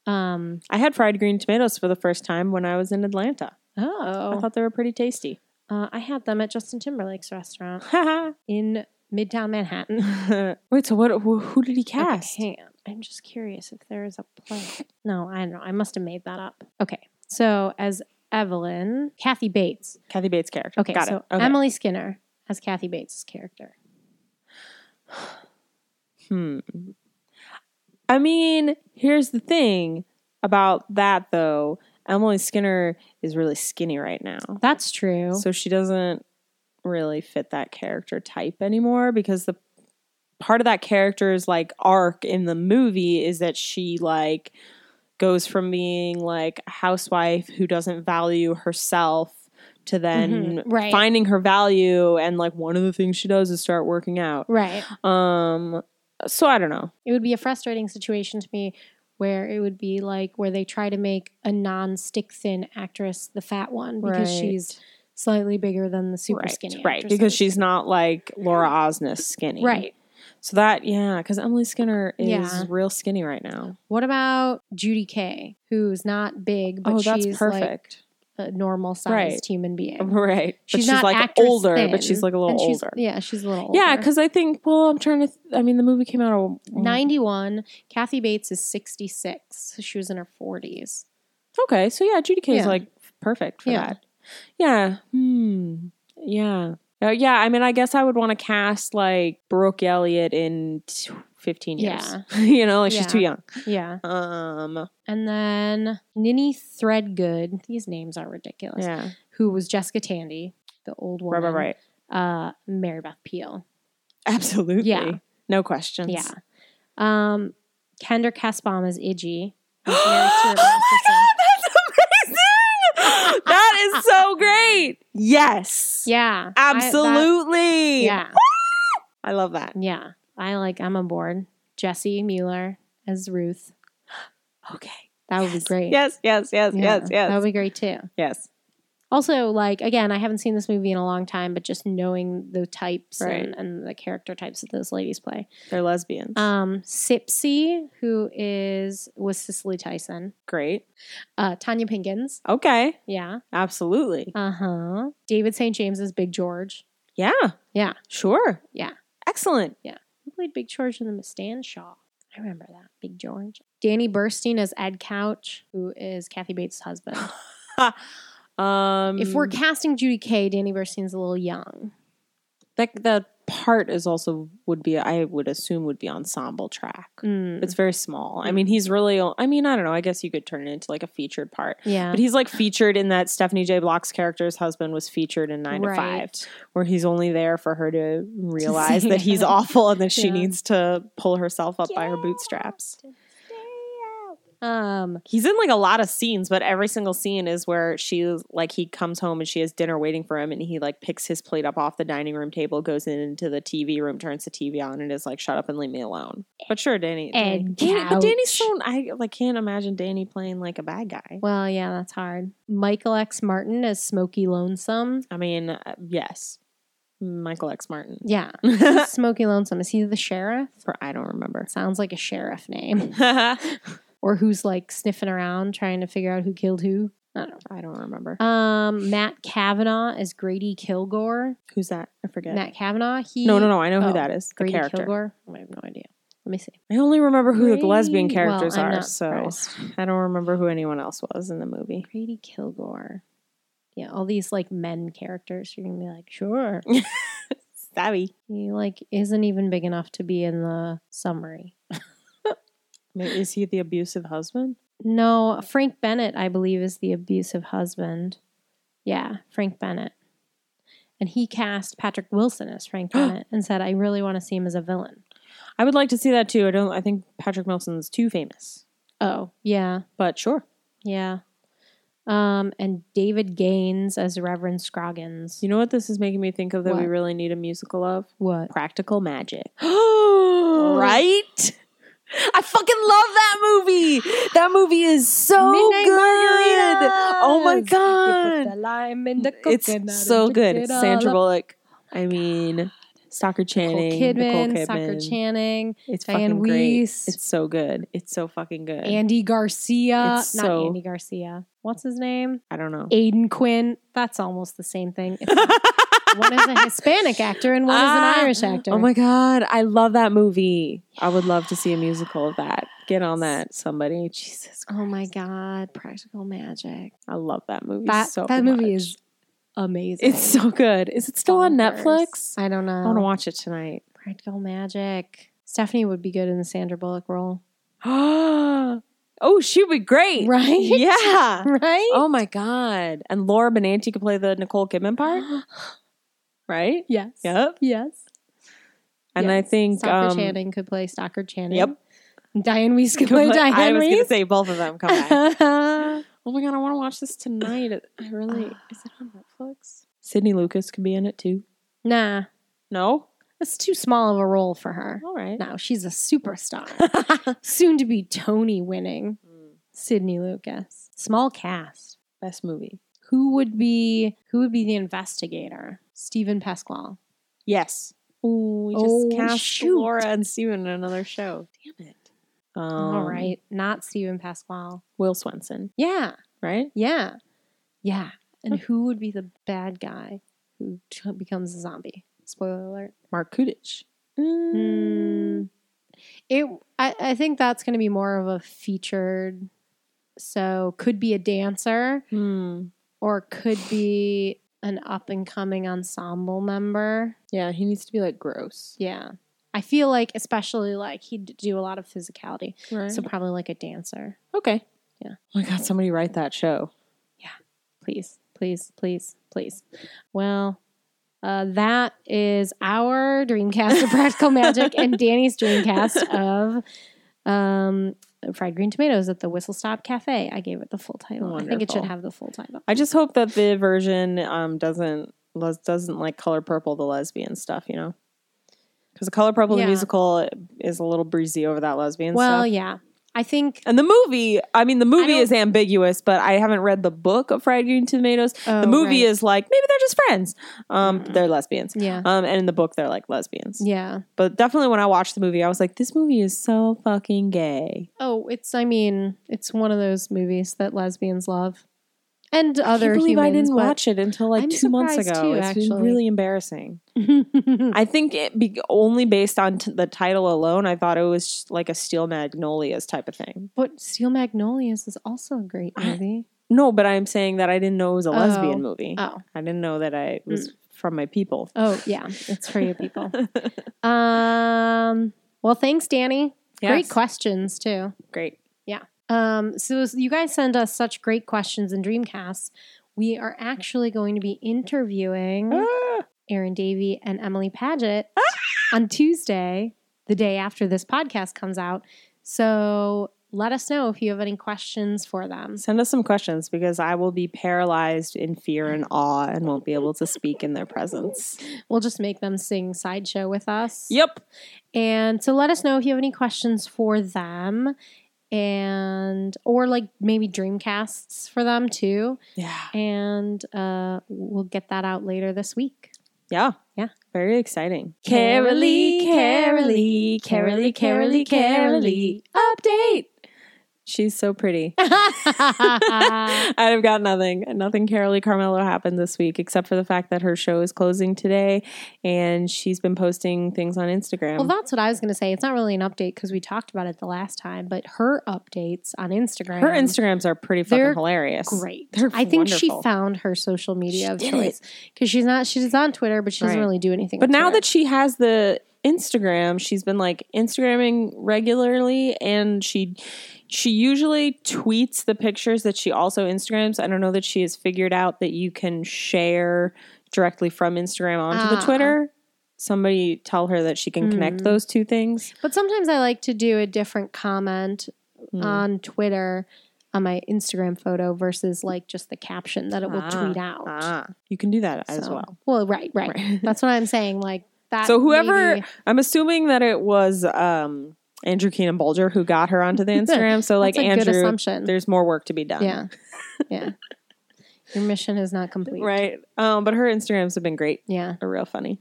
[SPEAKER 2] Um.
[SPEAKER 1] I had fried green tomatoes for the first time when I was in Atlanta. I
[SPEAKER 2] Oh.
[SPEAKER 1] thought they were pretty tasty.
[SPEAKER 2] uh, I had them at Justin Timberlake's restaurant
[SPEAKER 1] Haha.
[SPEAKER 2] in Midtown Manhattan.
[SPEAKER 1] Wait, so what? Who, who did he
[SPEAKER 2] Okay,
[SPEAKER 1] cast?
[SPEAKER 2] hang on. I'm just curious if there is a play. No, I don't know. I must have made that up. Okay. So as Evelyn, Kathy Bates.
[SPEAKER 1] Kathy Bates' character.
[SPEAKER 2] Okay.
[SPEAKER 1] got
[SPEAKER 2] so
[SPEAKER 1] it. Okay.
[SPEAKER 2] Emily Skinner as Kathy Bates' character.
[SPEAKER 1] Hmm. I mean, here's the thing about that though. Emily Skinner is really skinny right now,
[SPEAKER 2] That's true.
[SPEAKER 1] so she doesn't really fit that character type anymore because the part of that character's like arc in the movie is that she like goes from being like a housewife who doesn't value herself to then
[SPEAKER 2] Mhm, right.
[SPEAKER 1] finding her value and like one of the things she does is start working out.
[SPEAKER 2] right.
[SPEAKER 1] Um so I don't know.
[SPEAKER 2] It would be a frustrating situation to me where it would be like where they try to make a non-stick thin actress the fat one because
[SPEAKER 1] Right.
[SPEAKER 2] she's slightly bigger than the super
[SPEAKER 1] right,
[SPEAKER 2] skinny
[SPEAKER 1] right
[SPEAKER 2] actresses.
[SPEAKER 1] because she's not like Laura Osnes skinny.
[SPEAKER 2] right.
[SPEAKER 1] So that yeah, cuz Emily Skinner is
[SPEAKER 2] Yeah.
[SPEAKER 1] real skinny right now.
[SPEAKER 2] What about Judy Kay, who's not big, but
[SPEAKER 1] oh, that's
[SPEAKER 2] she's like
[SPEAKER 1] perfect.
[SPEAKER 2] a normal sized
[SPEAKER 1] Right.
[SPEAKER 2] human being.
[SPEAKER 1] right. But
[SPEAKER 2] She's, not
[SPEAKER 1] like
[SPEAKER 2] actress
[SPEAKER 1] older,
[SPEAKER 2] thin,
[SPEAKER 1] but she's like a little
[SPEAKER 2] and she's-
[SPEAKER 1] older.
[SPEAKER 2] Yeah, she's a little older.
[SPEAKER 1] Yeah, mm. because I think. Well, I'm trying to. Th- I mean, the movie came out. a-
[SPEAKER 2] 91, Kathy Bates is 66. So she was in her 40s.
[SPEAKER 1] Okay, so yeah, Judy Kay is
[SPEAKER 2] Yeah.
[SPEAKER 1] like perfect for
[SPEAKER 2] Yeah.
[SPEAKER 1] that. Yeah. Hmm. Yeah. Uh, yeah. I mean, I guess I would want to cast like Brooke Elliott in t- 15 years. you know, like she's too young.
[SPEAKER 2] Yeah.
[SPEAKER 1] Um.
[SPEAKER 2] And then Nini Threadgood, these names are ridiculous,
[SPEAKER 1] Yeah.
[SPEAKER 2] who was Jessica Tandy, the old
[SPEAKER 1] Right.
[SPEAKER 2] woman.
[SPEAKER 1] Right. Right.
[SPEAKER 2] Uh, Mary Beth Peel.
[SPEAKER 1] Absolutely.
[SPEAKER 2] Yeah.
[SPEAKER 1] No questions.
[SPEAKER 2] Yeah. Um, Kendra Kasbaum is Iggy. who's Mary
[SPEAKER 1] oh my
[SPEAKER 2] Stuart Masterson.
[SPEAKER 1] god, that's amazing! that is so great. Yes.
[SPEAKER 2] Yeah. I- that-
[SPEAKER 1] Absolutely.
[SPEAKER 2] yeah.
[SPEAKER 1] I love that.
[SPEAKER 2] Yeah. I like, I'm on board. Jesse Mueller as Ruth.
[SPEAKER 1] Okay.
[SPEAKER 2] That would be great.
[SPEAKER 1] Yes, yes, yes,
[SPEAKER 2] Yeah,
[SPEAKER 1] yes, yes,
[SPEAKER 2] That would be great too.
[SPEAKER 1] yes.
[SPEAKER 2] Also, like again, I haven't seen this movie in a long time, but just knowing the types
[SPEAKER 1] Right.
[SPEAKER 2] and, and the character types that those ladies play.
[SPEAKER 1] They're lesbians.
[SPEAKER 2] Um, Sipsy, who is was Cicely Tyson,
[SPEAKER 1] Great.
[SPEAKER 2] uh, Tanya Pinkins,
[SPEAKER 1] Okay.
[SPEAKER 2] yeah,
[SPEAKER 1] Absolutely.
[SPEAKER 2] uh huh. David St. James is Big George.
[SPEAKER 1] Yeah.
[SPEAKER 2] Yeah.
[SPEAKER 1] Sure.
[SPEAKER 2] Yeah.
[SPEAKER 1] Excellent.
[SPEAKER 2] Who played Big George in the Stan Shaw? I remember that Big George. Danny Burstein as Ed Couch, who is Kathy Bates' husband.
[SPEAKER 1] Um,
[SPEAKER 2] if we're casting Judy Kay, Danny Burstein's a little young.
[SPEAKER 1] that that part is also would be I would assume would be ensemble track.
[SPEAKER 2] Mm,
[SPEAKER 1] It's very small. I mean, he's really. o- I mean, I don't know. I guess you could turn it into like a featured part.
[SPEAKER 2] yeah,
[SPEAKER 1] But he's like featured in that Stephanie J. Block's character's husband was featured in Nine to Five,
[SPEAKER 2] Right.
[SPEAKER 1] where he's only there for her to realize
[SPEAKER 2] sing
[SPEAKER 1] that he's
[SPEAKER 2] it.
[SPEAKER 1] awful and that she
[SPEAKER 2] Yeah.
[SPEAKER 1] needs to pull herself up by her bootstraps.
[SPEAKER 2] Um,
[SPEAKER 1] He's in like a lot of scenes, but every single scene is where she like he comes home and she has dinner waiting for him, and he like picks his plate up off the dining room table, goes in into the TV room, turns the TV on, and is like, "Shut up and leave me alone." But sure, Danny. Danny,
[SPEAKER 2] Ed
[SPEAKER 1] Danny- but Danny's
[SPEAKER 2] Couch.
[SPEAKER 1] so I like can't imagine Danny playing like a bad guy.
[SPEAKER 2] well, yeah, that's hard. Michael X. Martin as Smokey Lonesome.
[SPEAKER 1] I mean, uh, yes, Michael X. Martin.
[SPEAKER 2] Yeah,
[SPEAKER 1] For-
[SPEAKER 2] Smokey Lonesome. Is he the sheriff?
[SPEAKER 1] I don't remember.
[SPEAKER 2] Sounds like a sheriff name. Or who's like sniffing around trying to figure out who killed who. I don't know.
[SPEAKER 1] I don't remember.
[SPEAKER 2] Um, Matt Kavanaugh as Grady Kilgore.
[SPEAKER 1] Who's that? I forget.
[SPEAKER 2] Matt Kavanaugh. He
[SPEAKER 1] no, no, no. I know
[SPEAKER 2] oh,
[SPEAKER 1] who that is. The
[SPEAKER 2] Grady
[SPEAKER 1] character.
[SPEAKER 2] Kilgore. I have no idea. Let me see.
[SPEAKER 1] I only remember who the lesbian
[SPEAKER 2] Grady- well,
[SPEAKER 1] characters
[SPEAKER 2] I'm
[SPEAKER 1] are.
[SPEAKER 2] not
[SPEAKER 1] So.
[SPEAKER 2] surprised.
[SPEAKER 1] I don't remember who anyone else was in the movie.
[SPEAKER 2] Grady Kilgore. Yeah, all these like men characters. You're gonna be like, sure.
[SPEAKER 1] Savvy.
[SPEAKER 2] He like isn't even big enough to be in the summary.
[SPEAKER 1] Is he the abusive husband?
[SPEAKER 2] No, Frank Bennett, I believe, is the abusive husband. Yeah, Frank Bennett. And he cast Patrick Wilson as Frank Bennett and said, I really want to see him as a villain.
[SPEAKER 1] I would like to see that too. I don't. I think Patrick Wilson's too famous.
[SPEAKER 2] Oh, yeah,
[SPEAKER 1] But sure,
[SPEAKER 2] yeah. Um, and David Gaines as Reverend Scroggins.
[SPEAKER 1] you know what this is making me think of that we
[SPEAKER 2] What?
[SPEAKER 1] really need a musical of
[SPEAKER 2] what?
[SPEAKER 1] Practical Magic,
[SPEAKER 2] right?
[SPEAKER 1] right? I fucking love that movie. That movie is so
[SPEAKER 2] Midnight
[SPEAKER 1] good. Oh my
[SPEAKER 2] Margaritas. You put
[SPEAKER 1] god,
[SPEAKER 2] the lime in the coconut
[SPEAKER 1] it's so
[SPEAKER 2] and
[SPEAKER 1] good.
[SPEAKER 2] drink
[SPEAKER 1] It's
[SPEAKER 2] it
[SPEAKER 1] Sandra
[SPEAKER 2] all up.
[SPEAKER 1] Bullock. I mean, Stalker
[SPEAKER 2] Nicole
[SPEAKER 1] Channing,
[SPEAKER 2] Kidman,
[SPEAKER 1] Nicole
[SPEAKER 2] Soccer
[SPEAKER 1] Kidman.
[SPEAKER 2] Channing,
[SPEAKER 1] It's
[SPEAKER 2] Diane
[SPEAKER 1] fucking great.
[SPEAKER 2] Weiss.
[SPEAKER 1] It's so good. It's so fucking good.
[SPEAKER 2] Andy Garcia.
[SPEAKER 1] It's
[SPEAKER 2] not
[SPEAKER 1] so-
[SPEAKER 2] Andy Garcia. What's his name?
[SPEAKER 1] I don't know.
[SPEAKER 2] Aiden Quinn. That's almost the same thing. It's- one is a Hispanic actor and one
[SPEAKER 1] Ah.
[SPEAKER 2] is an Irish actor.
[SPEAKER 1] Oh my god, I love that movie. I would love to see a musical of that. Get on
[SPEAKER 2] Yes.
[SPEAKER 1] that, somebody. Jesus, Christ.
[SPEAKER 2] Oh my God. Practical magic.
[SPEAKER 1] I love that movie
[SPEAKER 2] That,
[SPEAKER 1] so
[SPEAKER 2] that movie
[SPEAKER 1] much.
[SPEAKER 2] is amazing.
[SPEAKER 1] It's so good. Is it still on
[SPEAKER 2] Bonkers.
[SPEAKER 1] Netflix?
[SPEAKER 2] I don't know.
[SPEAKER 1] I want to watch it tonight.
[SPEAKER 2] Practical magic. Stephanie would be good in the Sandra Bullock role.
[SPEAKER 1] oh, she'd be great.
[SPEAKER 2] Right?
[SPEAKER 1] Yeah.
[SPEAKER 2] Right?
[SPEAKER 1] Oh my god. And Laura Benanti could play the Nicole Kidman part, right?
[SPEAKER 2] yes.
[SPEAKER 1] Yep.
[SPEAKER 2] Yes.
[SPEAKER 1] And I
[SPEAKER 2] Yes.
[SPEAKER 1] think
[SPEAKER 2] Stalker
[SPEAKER 1] um,
[SPEAKER 2] Channing could play Stalker Channing.
[SPEAKER 1] Yep.
[SPEAKER 2] Diane Weiss could play Diane
[SPEAKER 1] I was going to
[SPEAKER 2] Weiss.
[SPEAKER 1] say both of them. Come back. Oh my god, I want to watch this tonight. It- I really is it on Netflix? Sydney Lucas could be in it too.
[SPEAKER 2] nah,
[SPEAKER 1] No,
[SPEAKER 2] that's too small of a role for her.
[SPEAKER 1] all right.
[SPEAKER 2] No, she's a superstar. Soon to be Tony winning
[SPEAKER 1] Mm.
[SPEAKER 2] Sydney Lucas. Small cast.
[SPEAKER 1] Best movie.
[SPEAKER 2] Who would be who would be the investigator? Stephen Pasquale.
[SPEAKER 1] Yes. Ooh, we just
[SPEAKER 2] Oh,
[SPEAKER 1] cast
[SPEAKER 2] shoot.
[SPEAKER 1] Laura and Steven in another show. Damn it. Um,
[SPEAKER 2] All right, not Stephen Pasquale.
[SPEAKER 1] Will Swenson,
[SPEAKER 2] Yeah,
[SPEAKER 1] right?
[SPEAKER 2] yeah, yeah. And who would be the bad guy who t- becomes a zombie? Spoiler alert.
[SPEAKER 1] Mark Kudich. Mm,
[SPEAKER 2] Mm, it. I, I think that's going to be more of a featured. So could be a dancer
[SPEAKER 1] Hmm.
[SPEAKER 2] or could be an up and coming ensemble member.
[SPEAKER 1] Yeah, he needs to be like gross.
[SPEAKER 2] Yeah, I feel like especially like he'd do a lot of physicality.
[SPEAKER 1] Right.
[SPEAKER 2] So probably like a dancer.
[SPEAKER 1] okay.
[SPEAKER 2] Yeah.
[SPEAKER 1] Oh my god, somebody write that show.
[SPEAKER 2] Please, please, please, please. Well. Uh, that is our Dreamcast of Practical Magic and Danny's Dreamcast of um, fried green tomatoes at the Whistle Stop Cafe. I gave it the full title. I think it should
[SPEAKER 1] Wonderful.
[SPEAKER 2] have the full title.
[SPEAKER 1] I just hope that the version um, doesn't les- doesn't like color purple the lesbian stuff, you know, because the color purple the
[SPEAKER 2] Yeah.
[SPEAKER 1] musical is a little breezy over that lesbian
[SPEAKER 2] well,
[SPEAKER 1] stuff.
[SPEAKER 2] yeah. I think
[SPEAKER 1] And the movie, I mean, the movie
[SPEAKER 2] don't-
[SPEAKER 1] is ambiguous, but I haven't read the book of Fried Green Tomatoes. the
[SPEAKER 2] Oh,
[SPEAKER 1] movie
[SPEAKER 2] right.
[SPEAKER 1] is like maybe they're just friends. Um,
[SPEAKER 2] Mm.
[SPEAKER 1] they're lesbians.
[SPEAKER 2] yeah,
[SPEAKER 1] Um, and in the book, they're like lesbians.
[SPEAKER 2] yeah.
[SPEAKER 1] But definitely, when I watched the movie, I was like, this movie is so fucking gay.
[SPEAKER 2] Oh, it's I mean, it's one of those movies that lesbians love, and other
[SPEAKER 1] I can't believe
[SPEAKER 2] humans.
[SPEAKER 1] I didn't
[SPEAKER 2] but-
[SPEAKER 1] watch it until like
[SPEAKER 2] I'm
[SPEAKER 1] two months
[SPEAKER 2] surprised
[SPEAKER 1] ago.
[SPEAKER 2] too,
[SPEAKER 1] it's been
[SPEAKER 2] actually.
[SPEAKER 1] really embarrassing. I think it be, only based on t- the title alone, I thought it was like a Steel Magnolias type of thing.
[SPEAKER 2] but Steel Magnolias is also a great
[SPEAKER 1] I-
[SPEAKER 2] movie.
[SPEAKER 1] No, but I'm saying that I didn't know it was a lesbian
[SPEAKER 2] Oh.
[SPEAKER 1] movie.
[SPEAKER 2] Oh,
[SPEAKER 1] I didn't know that I was from my people.
[SPEAKER 2] oh yeah, it's for you people. um, well, thanks, Danny. Great
[SPEAKER 1] Yes.
[SPEAKER 2] questions too.
[SPEAKER 1] Great.
[SPEAKER 2] Um, so as you guys send us such great questions in Dreamcasts. We are actually going to be interviewing.
[SPEAKER 1] Ah,
[SPEAKER 2] Aaron Davey and Emily Paget on Tuesday, the day after this podcast comes out. So let us know if you have any questions for them.
[SPEAKER 1] send us some questions because I will be paralyzed in fear and awe and won't be able to speak in their presence.
[SPEAKER 2] We'll just make them sing sideshow with us.
[SPEAKER 1] Yep.
[SPEAKER 2] And so let us know if you have any questions for them and or like maybe dreamcasts for them too.
[SPEAKER 1] Yeah.
[SPEAKER 2] And uh, we'll get that out later this week.
[SPEAKER 1] Yeah.
[SPEAKER 2] Yeah.
[SPEAKER 1] Very exciting.
[SPEAKER 2] Carolee, Carolee, Carolee, Carolee, Carolee.
[SPEAKER 1] Update. She's so pretty. I've got nothing. Nothing Carolee Carmelo happened this week except for the fact that her show is closing today and she's been posting things on Instagram.
[SPEAKER 2] Well, that's what I was going to say. It's not really an update because we talked about it the last time, but her updates on Instagram.
[SPEAKER 1] her Instagrams are pretty fucking
[SPEAKER 2] They're
[SPEAKER 1] hilarious.
[SPEAKER 2] Great.
[SPEAKER 1] They're
[SPEAKER 2] I think
[SPEAKER 1] wonderful.
[SPEAKER 2] she found her social media
[SPEAKER 1] She
[SPEAKER 2] of
[SPEAKER 1] did
[SPEAKER 2] choice because she's not she's on Twitter, but she doesn't
[SPEAKER 1] Right.
[SPEAKER 2] really do anything.
[SPEAKER 1] But
[SPEAKER 2] on
[SPEAKER 1] now
[SPEAKER 2] Twitter.
[SPEAKER 1] that she has the Instagram, she's been like Instagramming regularly and she she usually tweets the pictures that she also Instagrams. I don't know that she has figured out that you can share directly from Instagram onto the
[SPEAKER 2] Ah.
[SPEAKER 1] Twitter. Somebody tell her that she can connect
[SPEAKER 2] Mm.
[SPEAKER 1] those two things.
[SPEAKER 2] but sometimes I like to do a different comment
[SPEAKER 1] Mm.
[SPEAKER 2] on Twitter on my Instagram photo versus like just the caption that it will
[SPEAKER 1] Ah,
[SPEAKER 2] tweet out
[SPEAKER 1] Ah, you can do that as
[SPEAKER 2] So-
[SPEAKER 1] well.
[SPEAKER 2] Well, right, right.
[SPEAKER 1] Right.
[SPEAKER 2] That's what I'm saying. Like that.
[SPEAKER 1] So whoever-
[SPEAKER 2] maybe-
[SPEAKER 1] I'm assuming that it was um, Andrew Keenan Bolger who got her onto the Instagram. So like
[SPEAKER 2] that's a good
[SPEAKER 1] Andrew,
[SPEAKER 2] assumption.
[SPEAKER 1] there's more work to be done.
[SPEAKER 2] Yeah, yeah. Your mission is not complete.
[SPEAKER 1] Right. Um, but her Instagrams have been great.
[SPEAKER 2] Yeah.
[SPEAKER 1] They're real funny.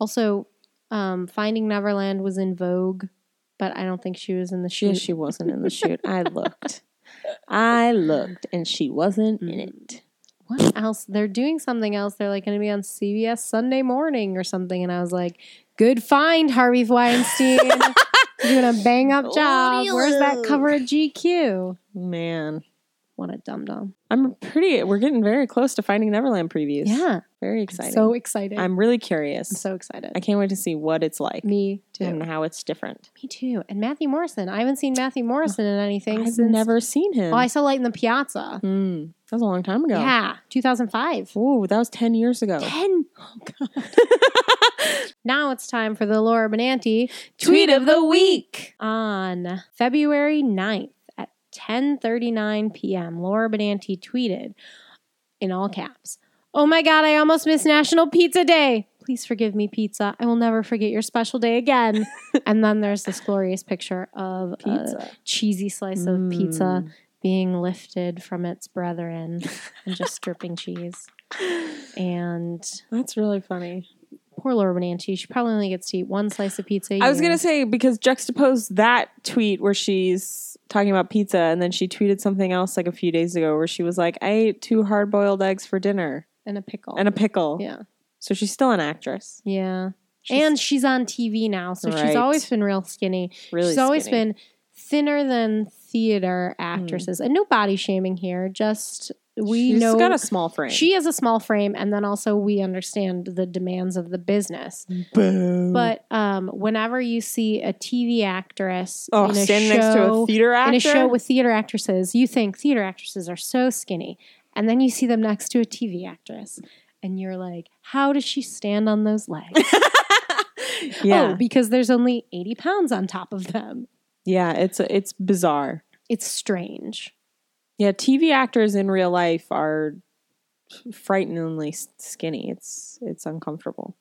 [SPEAKER 2] Also, um, Finding Neverland was in Vogue, but I don't think she was in the
[SPEAKER 1] She
[SPEAKER 2] shoot.
[SPEAKER 1] she wasn't in the shoot. I looked. I looked and she wasn't in it.
[SPEAKER 2] what else? They're doing something else. They're like going to be on CBS Sunday morning or something. And I was like, good find, Harvey Weinstein. You're doing a bang up job. Where's that cover of GQ?
[SPEAKER 1] Man.
[SPEAKER 2] What a dum dum.
[SPEAKER 1] I'm pretty we're getting very close to finding Neverland previews.
[SPEAKER 2] Yeah.
[SPEAKER 1] Very exciting.
[SPEAKER 2] So excited. I'm
[SPEAKER 1] I'm really curious.
[SPEAKER 2] so excited.
[SPEAKER 1] I can't wait to see what it's like
[SPEAKER 2] Me too.
[SPEAKER 1] and how it's different.
[SPEAKER 2] Me too. And Matthew Morrison. I haven't seen Matthew Morrison in anything
[SPEAKER 1] Oh, I've
[SPEAKER 2] since.
[SPEAKER 1] never seen him.
[SPEAKER 2] Oh, I saw Light in the Piazza.
[SPEAKER 1] Hmm. That was a long time ago.
[SPEAKER 2] Yeah, 2005.
[SPEAKER 1] Ooh, that was ten Oh, years ago.
[SPEAKER 2] 10. Oh. now it's time for the Laura Benanti
[SPEAKER 1] Tweet of the week.
[SPEAKER 2] on February 9th at 10:39 p.m. Laura Benanti tweeted in all caps. Oh my god, I almost missed National Pizza Day. Please forgive me, pizza. I will never forget your special day again. and then there's this glorious picture of a
[SPEAKER 1] Pizza.
[SPEAKER 2] cheesy slice of pizza
[SPEAKER 1] Mm.
[SPEAKER 2] being lifted from its brethren and just dripping cheese. And
[SPEAKER 1] That's really funny.
[SPEAKER 2] poor Laura Benanti, she probably only gets to eat one slice of pizza. I
[SPEAKER 1] I was gonna say because juxtapose that tweet where she's talking about pizza, and then she tweeted something else like a few days ago where she was like, "I ate two hard-boiled eggs for dinner
[SPEAKER 2] and a pickle.
[SPEAKER 1] and a pickle."
[SPEAKER 2] yeah,
[SPEAKER 1] So she's still an actress.
[SPEAKER 2] yeah.
[SPEAKER 1] She's
[SPEAKER 2] and she's on TV now, so she's
[SPEAKER 1] Right.
[SPEAKER 2] always been real skinny.
[SPEAKER 1] really,
[SPEAKER 2] she's always
[SPEAKER 1] skinny. Hmm.
[SPEAKER 2] been thinner than theater actresses, and no body shaming here. Just we
[SPEAKER 1] She's
[SPEAKER 2] know
[SPEAKER 1] got a small frame.
[SPEAKER 2] she has a small frame, and then also we understand the demands of the business.
[SPEAKER 1] Boom.
[SPEAKER 2] But um, whenever you see a TV actress
[SPEAKER 1] oh,
[SPEAKER 2] in a
[SPEAKER 1] standing next to
[SPEAKER 2] show-
[SPEAKER 1] a theater actor
[SPEAKER 2] in a show with theater actresses, you think theater actresses are so skinny. And then you see them next to a TV actress and you're like, how does she stand on those legs?
[SPEAKER 1] yeah,
[SPEAKER 2] Oh, because there's only 80 pounds on top of them.
[SPEAKER 1] yeah, it's it's bizarre.
[SPEAKER 2] It's strange.
[SPEAKER 1] Yeah, TV actors in real life are frighteningly s- skinny. It's it's uncomfortable.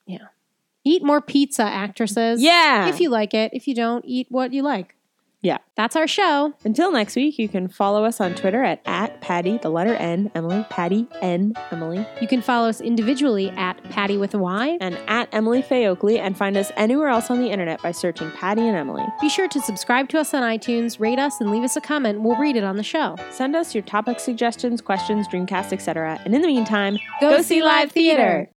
[SPEAKER 2] Eat more pizza, actresses.
[SPEAKER 1] Yeah,
[SPEAKER 2] If you like it. If you don't, eat what you like.
[SPEAKER 1] Yeah.
[SPEAKER 2] That's our show.
[SPEAKER 1] Until next week, you can follow us on Twitter at, at Patty, the letter N, Emily, Patty N, Emily,
[SPEAKER 2] You can follow us individually at Patty with a Y.
[SPEAKER 1] and at Emily Faye Oakley, and find us anywhere else on the internet by searching Patty and Emily.
[SPEAKER 2] Be sure to subscribe to us on iTunes, rate us, and leave us a comment. We'll read it on the show.
[SPEAKER 1] Send us your topic suggestions, questions, Dreamcast, etc. And in the meantime,
[SPEAKER 2] Go see live theater.